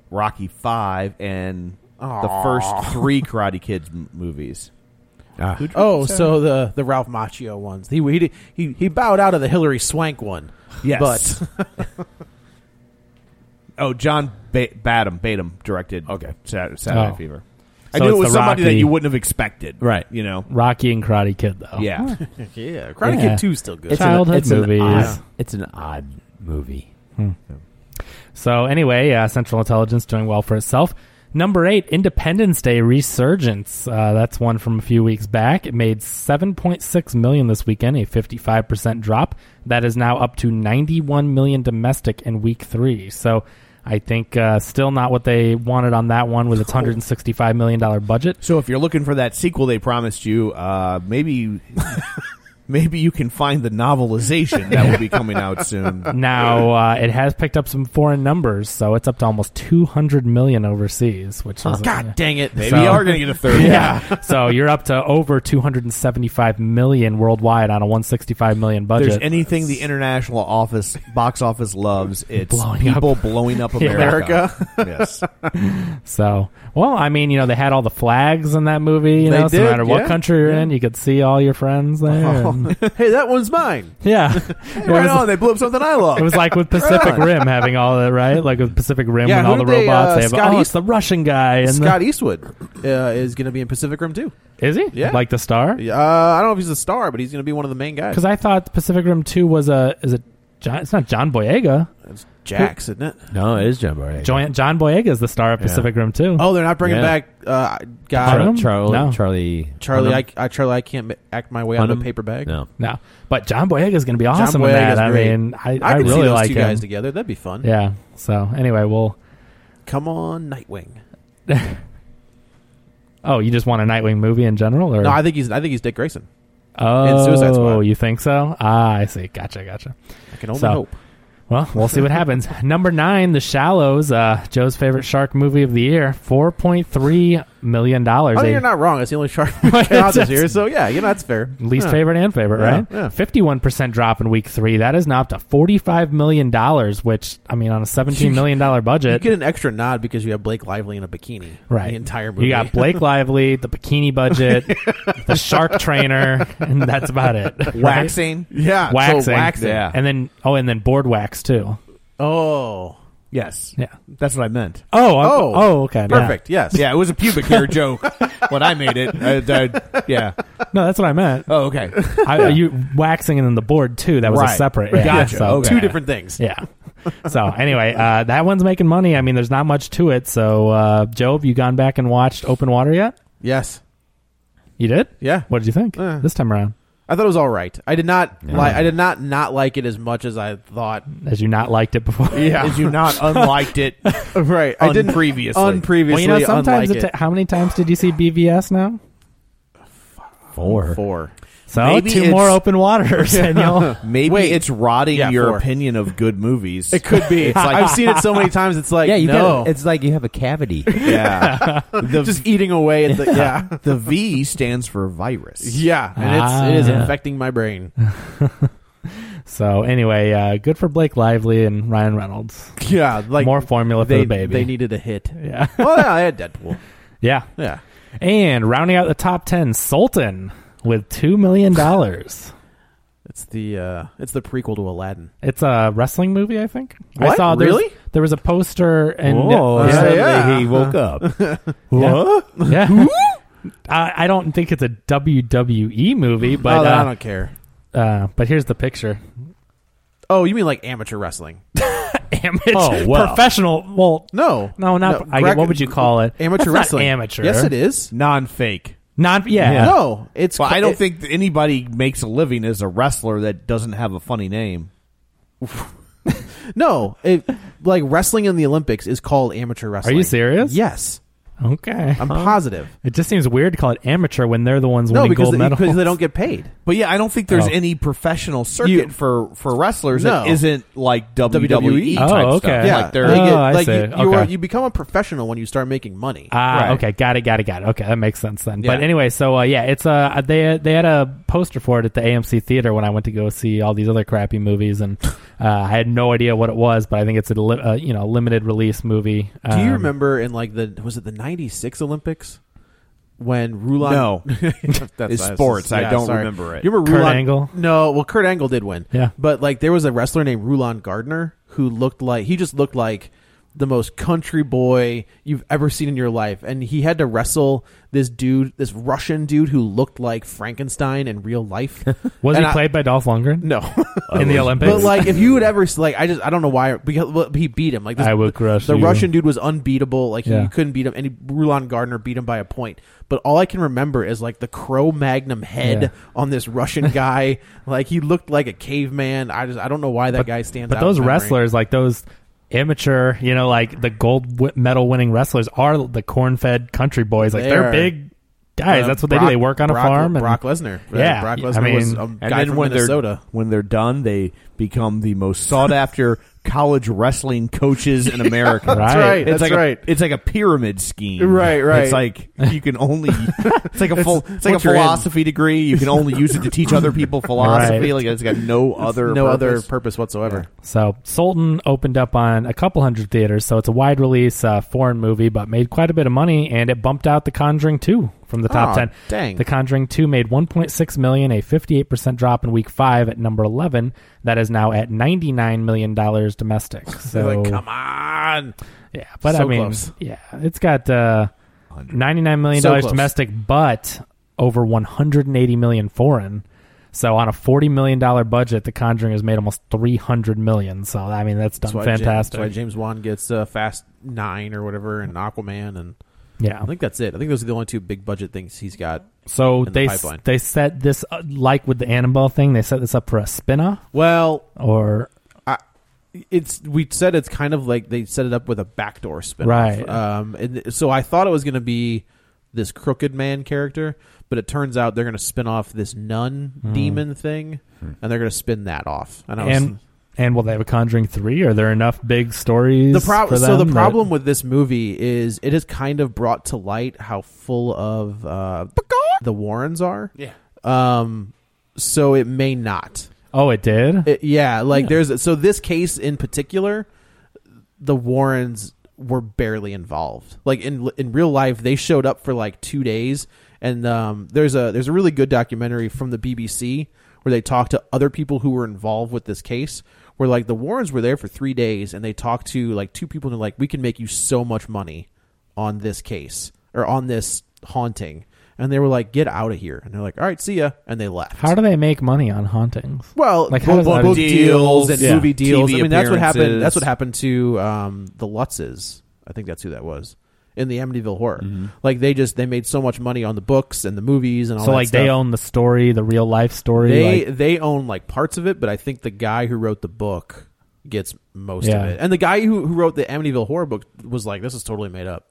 Rocky Five, and the first three Karate Kids m- movies.
Ah.
Oh, so the the Ralph Macchio ones. He he he, he bowed out of the Hillary Swank one.
Yes, but oh, John ba- Badham, Badham directed. Okay, Saturday, Saturday
Oh.
Fever. I
So
knew it
it's
was
the
somebody that
Rocky-
you wouldn't have expected,
Right.
You know,
Rocky and Karate Kid though.
yeah.
Yeah, Karate
Yeah.
Kid Two is still good.
It's an-
Childhood
it's an
movies.
odd- it's an odd movie.
So anyway, uh, Central Intelligence doing well for itself. Number eight, Independence Day Resurgence. Uh, that's one from a few weeks back. It made 7.6 million this weekend, a 55% drop. That is now up to 91 million domestic in week three. So I think uh, still not what they wanted on that one with its 165 million dollar budget.
So if you're looking for that sequel they promised you, uh, maybe maybe you can find the novelization that will be coming out soon.
Now uh, it has picked up some foreign numbers, so it's up to almost 200 million overseas, which is
God dang it!
Maybe
So-
you are going to get a third.
yeah. so you're up to over 275 million worldwide on a 165 million
If
budget.
There's anything the international office box office loves, it's
Blowing
people blowing up
Yeah.
America. yes.
so, well, I mean, you know, they had all the flags in that movie. You
They
know, so no
did,
matter what
yeah, Oh.
country you're in, you could see all your friends there. and-
hey, that one's mine.
yeah. it,
Right
was,
on, they blew up something I love.
it was like with Pacific Rim having all that, right? Like with Pacific Rim
Yeah,
when
who
all the
did they,
robots
uh,
they have.
Scott
oh,
East-
it's the Russian guy. And the-
Scott Eastwood uh, is going to be in Pacific Rim Two.
is he?
Yeah.
Like the star?
Uh, I don't know if he's a star, but he's going to be one of the main guys.
Because I thought Pacific Rim 2 was a. Is it John? It's not John Boyega.
It's Jax, isn't it?
No, it is John Boyega.
John, John Boyega is the star of Pacific Rim 2.
Oh, they're not bringing
Yeah.
back uh,
Char-
guy
Hunnam?
Charlie,
No.
Charlie,
Charlie. I,
Hunnam?
I Charlie, I can't ma- act my way out of
Hunnam?
a paper bag.
No,
No, but John Boyega is going to be awesome in
Boyega's
that. I
great.
mean, I,
I,
I,
could
really
see those
like
two
him.
guys together. That'd be fun.
Yeah. So anyway, we'll.
Come on, Nightwing.
Oh, you just want a Nightwing movie in general, or
No, I think he's. I think he's Dick Grayson.
oh,
Suicide Squad.
you think so? Ah, I see. Gotcha, gotcha.
I can only
So-
hope.
Well, we'll see what happens. Number nine, The Shallows, uh, Joe's favorite shark movie of the year, four point three million dollars.
Oh,
They-
you're not wrong. It's the only shark movie that came out this
That's-
year, so yeah, you know that's fair.
Least
Yeah.
favorite and favorite,
Yeah, yeah.
right? Fifty-one percent drop in week three. That is now up to forty-five million dollars, which I mean, on a seventeen million dollar
You
budget,
get an extra nod because you have Blake Lively in a bikini.
right?
The entire movie.
You got Blake Lively, the bikini budget, the shark trainer, and that's about it. right?
Waxing.
yeah. So
waxing,
waxing.
Yeah.
and then oh, and then board wax too.
Oh.
Yes.
Yeah.
That's what I meant.
Oh, I'm-
Oh.
oh, okay, yeah.
Perfect. Yes.
Yeah, it was a pubic hair joke when I made it. I- I- yeah.
No, that's what I meant.
Oh, okay.
I, you waxing and then the board too. That was a
Right.
separate.
Right.
Yeah,
Gotcha.
So,
Okay.
Two different things.
Yeah. So anyway, uh, that one's making money. I mean, there's not much to it. So uh, Joe, have you gone back and watched Open Water yet?
Yes.
You did.
Yeah.
What did you think
Uh.
this time around?
I thought it was all right. I did not like. I did not not like it as much as I thought.
As you not liked it before.
Did you not unliked it?
right.
Oh,
I didn't
Unpreviously.
Unpreviously.
well, you know, sometimes
unlike
it ta- how many times did you see BVS now?
Four.
four.
So
Maybe
two more
it's-
open waters, and you'll
Maybe
Wait.
it's rotting
Yeah,
your
four.
opinion of good movies.
It could be. I've seen it so many times. It's like
Yeah, you
no.
got. It's like you have a cavity.
yeah. The,
just eating away at the yeah.
the V stands for virus.
Yeah, and it's it is
Ah.
infecting my brain.
so anyway, uh, good for Blake Lively and Ryan Reynolds.
Yeah, like
More formula for
they
the baby.
they needed a hit.
yeah,
well, yeah, I had Deadpool.
yeah.
Yeah,
And rounding out the top ten, Sultan with two million dollars.
it's the uh it's the prequel to Aladdin.
It's a wrestling movie, I think. I
What?
saw there's-
Really?
There was a poster and
Whoa,
uh,
yeah,
suddenly
yeah. Uh-huh.
he woke up.
yeah. I, I don't think it's a WWE movie,
But
but
Oh, I
uh,
don't care.
uh, but here's the picture.
Oh, you mean like amateur wrestling?
Amateur,
Oh, wow.
professional. Well,
No,
no, not. I,
Greg-
what would you call it?
Amateur
That's not
wrestling.
amateur.
Yes, it is.
Non fake.
Not. Yeah.
No, it's.
Well, I
it-
don't think anybody makes a living as a wrestler that doesn't have a funny name.
No, it, like wrestling in the Olympics is called amateur
Are
wrestling.
you serious?
Yes,
Okay.
I'm positive.
it just seems weird to call it amateur when they're the ones
No,
winning
because
gold
they,
medals.
because they don't get paid.
But yeah, I don't think there's
Oh.
any professional circuit
You-
for for wrestlers that
No.
isn't like WWE,
WWE.
type
Oh,
stuff.
okay.
Yeah,
Like they're
Oh,
they get,
I
like
see.
You, you,
Okay.
are- you become a professional when you start making money.
Ah,
Right.
okay, got it, got it, got it. Okay, that makes sense then. But
Yeah.
anyway, so uh, yeah, it's uh, they they had a poster for it at the AMC theater when I went to go see all these other crappy movies, and uh, I had no idea what it was, but I think it's a li- uh, you know limited release movie.
Do you
Um,
remember in like the was it the '96 Olympics when Rulon?
No.
that's
It's sports. I don't remember it.
You remember
Kurt
Rulon?
Angle?
No, well, Kurt Angle did win.
Yeah.
but like there was a wrestler named Rulon Gardner who looked like he just looked like the most country boy you've ever seen in your life, and he had to wrestle this dude, this Russian dude who looked like Frankenstein in real life.
Was
And
he
I-
played by Dolph Lundgren
No.
in the Olympics?
But like, if you would ever like, I just I don't know why because well, he beat him. Like this,
I would crush
the
you.
Russian dude was unbeatable. Like he,
Yeah.
you couldn't beat him. And he, Rulon Gardner beat him by a point. But all I can remember is like the crow magnum head
Yeah.
on this Russian guy. like he looked like a caveman. I just I don't know why that guy stands.
but
out
those
in memory.
wrestlers, like those amateur, you know, like the gold w- medal winning wrestlers, are the corn fed country boys. Like they're,
They're-
big guys.
Uh,
That's what they do.
Brock-
They work on a
Brock-
farm. and-
Brock Lesnar. Uh,
Yeah.
Brock
I
Lesnar was
mean-
a
And
And
guy
then
from
when
Minnesota.
they're when they're done, they become the most sought after college wrestling coaches in America.
That's right,
It's
that's
like a-
right.
it's like a pyramid scheme.
Right, right.
It's like you can only. It's like a full. It's like a
once you're in.
philosophy degree. You can only use it to teach other people philosophy.
Right.
Like it's got no other.
no other
purpose.
purpose whatsoever.
So Sultan opened up on a couple hundred theaters, so it's a wide release uh, foreign movie, but made quite a bit of money, and it bumped out The Conjuring 2 from the top
Aw,
10.
Ah, dang.
The Conjuring 2 made 1.6 million, a 58% drop in week 5 at number 11. That is now at 99 million dollars domestic. So
They're like, come on.
yeah, but
So
I mean,
close.
yeah, it's got uh, 99 million
So
dollars
close.
domestic, but over 180 million foreign. So on a 40 million dollar budget, The Conjuring has made almost 300 million. So I mean, that's done
That's why James-
fantastic.
that's why James Wan gets uh, Fast Nine or whatever, and Aquaman, and
yeah.
I think that's it. I think those are the only two big budget things he's got.
So
the
they s-
pipeline.
they set this uh, like with the Annabelle thing. They set this up for a spin-off
Well,
or
it's we said it's kind of like they set it up with a backdoor spin,
Right.
Um, and so I thought it was going to be this crooked man character, but it turns out they're
Mm-hmm.
going to spin off this nun demon thing, and they're going to spin that off. And I was,
Hmm. and And will they have a Conjuring three? Are there enough big stories?
The problem.
for
So the
them that-
problem with this movie is it has kind of brought to light how full of uh, the Warrens are. Yeah. Um. So it may not.
oh, it did.
It- yeah. Like there's so this case in particular, the Warrens were barely involved. Like in in real life, they showed up for like two days. And um, there's a there's a really good documentary from the BBC where they talk to other people who were involved with this case. Where like the Warrens were there for three days, and they talked to like two people, and they're like, "We can make you so much money on this case or on this haunting." And they were like, "Get out of here!" And they're like, "All right, see ya," and they left.
How do they make money on hauntings?
Well,
Like,
like
how does that-
book deals and
Yeah.
movie deals.
TV
I mean, that's what happened.
appearances.
That's what happened to um, the Lutzes. I think that's who that was in the Amityville Horror. Like they just they made so much money on the books and the movies and all.
So
that
like
stuff.
they own the story, the real life story.
they
like-
they own like parts of it, but I think the guy who wrote the book gets most
Yeah.
of it. And the guy who who wrote the Amityville Horror book was like, "This is totally made up."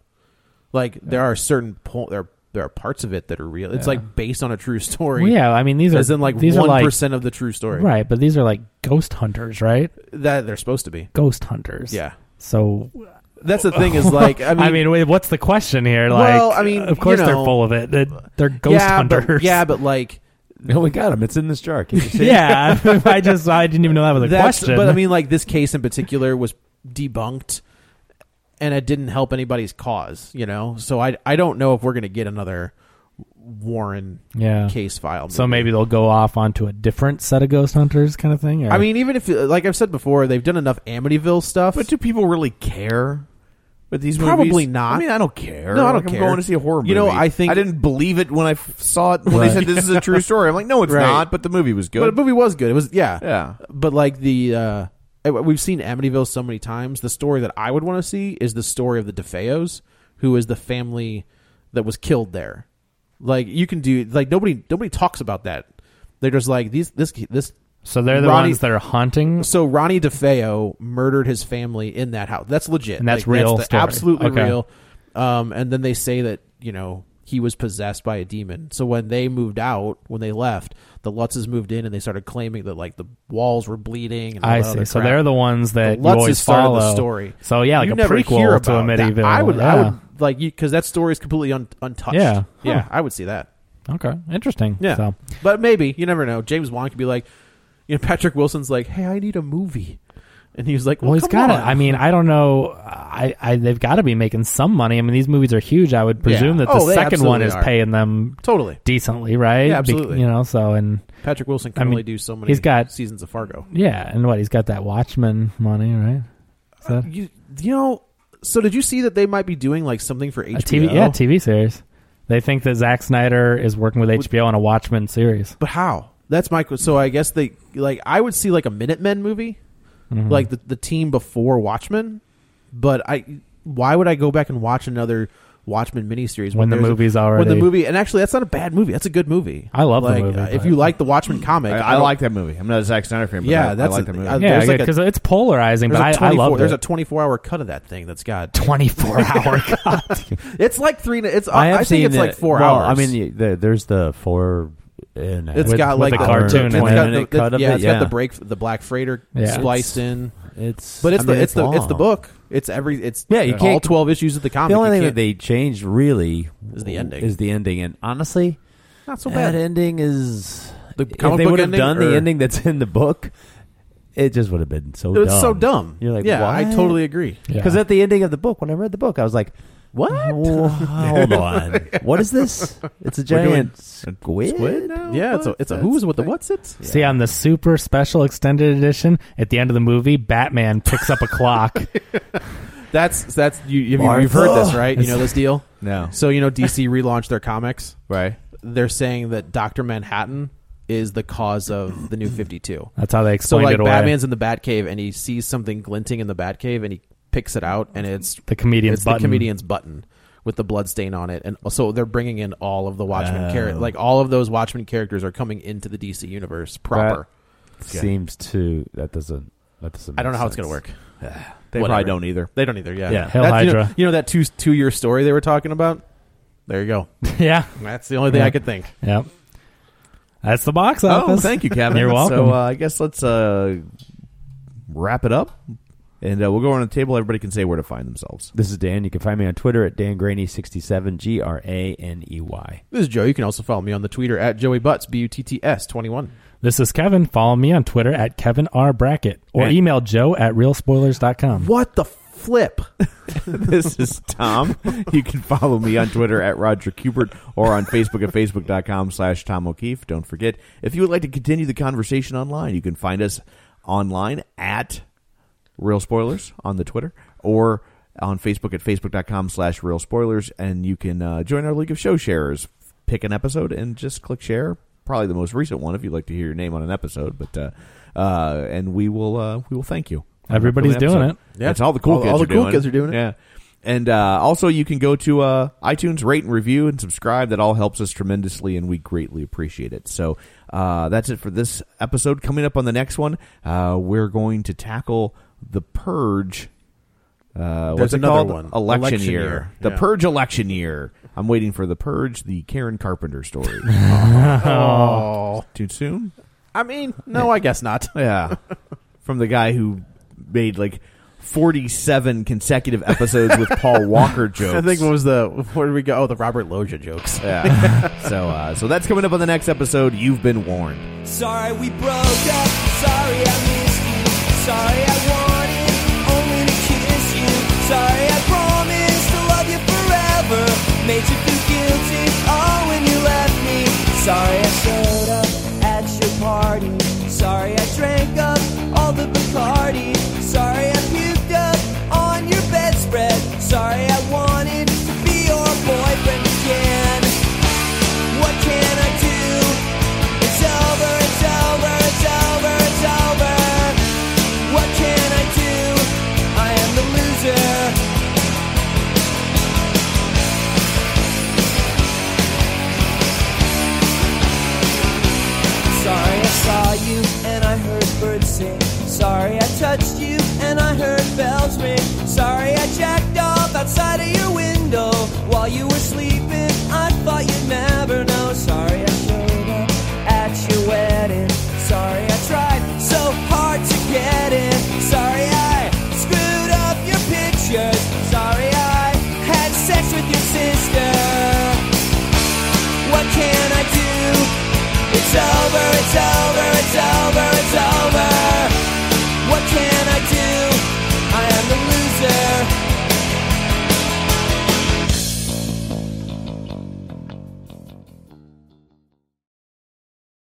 Like there are certain po- there are, there are parts of it that are real. It's like based on a true story.
Well, yeah, I mean these are
As in, like
these are
one
like
of the true story,
right, but these are like ghost hunters, right?
That they're supposed to be.
Ghost hunters.
Yeah,
So
That's the thing is like I mean,
I mean, wait, what's the question here? Like,
Well, I mean,
of course
you
they're
know-
full of it. They're, they're ghost
yeah,
hunters.
But, yeah, but like
No, we got him. It's in this jar. Can you see?
yeah. I just I didn't even know that was a
that's
question.
but I mean like this case in particular was debunked and it didn't help anybody's cause, you know? So I I don't know if we're gonna get another Warren
yeah.
case file.
So
movie.
maybe they'll go off onto a different set of ghost hunters, kind of thing. or-
I mean even if like I've said before, they've done enough Amityville stuff.
But do people really care? With these
Probably
movies?
not.
I mean, I don't care.
No, I don't
Like,
care.
I'm going to see a horror movie.
You know, I think-
I didn't believe it when I f- saw it when they said this is a true story. I'm like, no, it's
Right.
not. But the movie was
But the
good.
movie was good. It was yeah.
Yeah.
But like the uh I- we've seen Amityville so many times. The story that I would want to see is the story of the DeFeos, who is the family that was killed there. Like you can do like nobody nobody talks about that. They're just like these this this
so they're the
Ronnie-
ones that are haunting.
so Ronnie DeFeo murdered his family in that house. That's legit.
And that's real
the-
story.
absolutely
Okay.
real. Um, and then they say that you know he was possessed by a demon. So when they moved out, when they left, the Lutzes moved in and they started claiming that like the walls were bleeding. And all
I
that
see.
other
So
crap.
they're the ones that
The
you
Lutzes
always
started
follow
the story.
So yeah, like
You
a
never
prequel
hear
to a
about that.
medieval.
I would,
Yeah.
I would like you because that story is completely un- untouched.
Yeah.
yeah,
Huh.
I would see that.
Okay, interesting.
Yeah.
So,
But maybe you never know. James Wan could be like, you know, Patrick Wilson's like, hey, I need a movie, and he was like, well,
well, he's
come
got to.
on.
I mean, I don't know. I, I they've got to be making some money. I mean, these movies are huge. I would presume that the
Oh, they
second one
absolutely
is
are.
paying them
totally.
decently, right?
Yeah, absolutely.
you know, so and
Patrick Wilson can
I mean,
only do so many.
he's got-
seasons of Fargo.
yeah, and what he's got that Watchmen money, right? Is that
You, you know, so did you see that they might be doing like something for HBO?
a TV, yeah, TV series. They think that Zack Snyder is working with HBO on a Watchmen series.
but how? That's my. que- So I guess they like. I would see like a Minutemen movie,
Mm-hmm.
like the the team before Watchmen. But I, why would I go back and watch another Watchmen miniseries
When the
there's a-
movie's
when the
already-
movie? And actually, that's not a bad movie. That's a good movie.
I love the
like,
movie,
uh, if
but-
you like the Watchmen comic,
I, I
don't-
like that movie. I'm not a Zack Snyder fan. But
Yeah,
I,
that's
I
a-
like that movie.
I-
Yeah,
There's like a-
because it's polarizing,
There's
but
a
I, I
24
love
There's a
it.
24 hour cut of that thing. That's got.
24 hour cut.
It's like three. It's.
I,
I,
have
think
seen
it's
the-
like four
well,
hours.
I mean, you- the, there's the four. In
It's
With-
got
with
like
the
the
cartoon
it's
and
got
then
the-
it cut
the-
of
yeah,
it,
it's got
yeah.
the break, the black freighter
Yeah.
spliced in.
It's
But it's
I mean,
the it's, the it's the
long.
book. It's every it's
Yeah, you can't-
all twelve issues of the comic.
The only
You
thing
can't-
that they changed really
Is the ending.
Is the ending, and honestly,
not so
that
bad.
ending is
The
if
comic
they
book
would have
ending,
done
or-
the ending that's in the book. It just would have been so.
It's
dumb.
so dumb.
You're like,
yeah, I
"What?"
totally agree.
Because at the ending of the book, when I read the book, I was like, "What? hold on, what is this? It's a giant squid. now?
Yeah, it's a it's a who's with the what's it?
See, on the super special extended edition, at the end of the movie, Batman picks up a clock.
That's that's you. you
Martha.
you've heard this right? You know this deal.
No.
So you know DC relaunched their comics.
Right.
They're saying that Doctor Manhattan is the cause of the new Fifty Two.
That's how they
So
explained
like
it away.
Batman's in the Batcave and he sees something glinting in the Batcave and he picks it out and it's
the comedian's
it's
button.
the comedian's button with the blood stain on it, and so they're bringing in all of the Watchmen characters.
Oh.
Like all of those Watchmen characters are coming into the DC universe proper.
Seems to that doesn't that doesn't.
I don't know
make
how it's
sense.
gonna work.
They
Whatever.
probably don't either.
They don't either. Yeah,
Yeah.
Hell
That's- you know- You know,
Hydra.
that two two year story they were talking about. There you go.
yeah.
That's the only thing
Yeah.
I could think.
Yep. That's the box
Oh,
office.
thank you, Kevin.
You're welcome.
So uh, I guess let's uh, wrap it up, and uh, we'll go around the table. Everybody can say where to find themselves.
This is Dan. You can find me on Twitter at DanGraney67, G R A N E Y.
This is Joe. You can also follow me on the Twitter at Joey Butts, B U T T S 21.
This is Kevin. Follow me on Twitter at Kevin R. Brackett or
Hey.
email joe at realspoilers.com.
What the flip?
this is Tom. You can follow me on Twitter at Roger Kubert or on Facebook at Facebook.com slash Tom O'Keefe. Don't forget, if you would like to continue the conversation online, you can find us online at Real Spoilers on the Twitter or on Facebook at Facebook.com slash Real Spoilers. And you can uh, join our League of Show Sharers. Pick an episode and just click share. Probably the most recent one if you'd like to hear your name on an episode, but uh, uh, and we will uh, we will thank you.
Everybody's doing
Episode.
it.
Yeah.
That's all the cool
All-
kids
all the
are
cool
doing.
kids are doing it.
Yeah. And uh, also, you can go to uh, iTunes, rate and review, and subscribe. That all helps us tremendously, and we greatly appreciate it. So uh, that's it for this episode. Coming up on the next one, uh, we're going to tackle the Purge. Uh, what's
There's
it
another
called?
one.
Election,
Election
year.
year.
The
Yeah.
Purge election year. I'm waiting for the Purge, the Karen Carpenter story.
Oh.
Too soon?
I mean, no, I guess not.
Yeah. From the guy who made like 47 consecutive episodes with Paul Walker jokes.
I think what was the where did we go? Oh, the Robert Loggia jokes.
yeah. So uh, so that's coming up on the next episode. You've been warned.
Sorry we broke up. Sorry I missed you. Sorry I wanted only to kiss you. Sorry I promised to love you forever. Made you feel guilty. Oh, when you left me. Sorry I showed up at your party. Sorry I drank up all the Bacardi. Sorry I puked up on your bedspread. Sorry I wanted to be your boyfriend again. What can I do? It's over, it's over, it's over, it's over. What can I do? I am the loser. Sorry I saw you and I heard birds sing. Sorry I touched you and I heard bells ring. Sorry I jacked off outside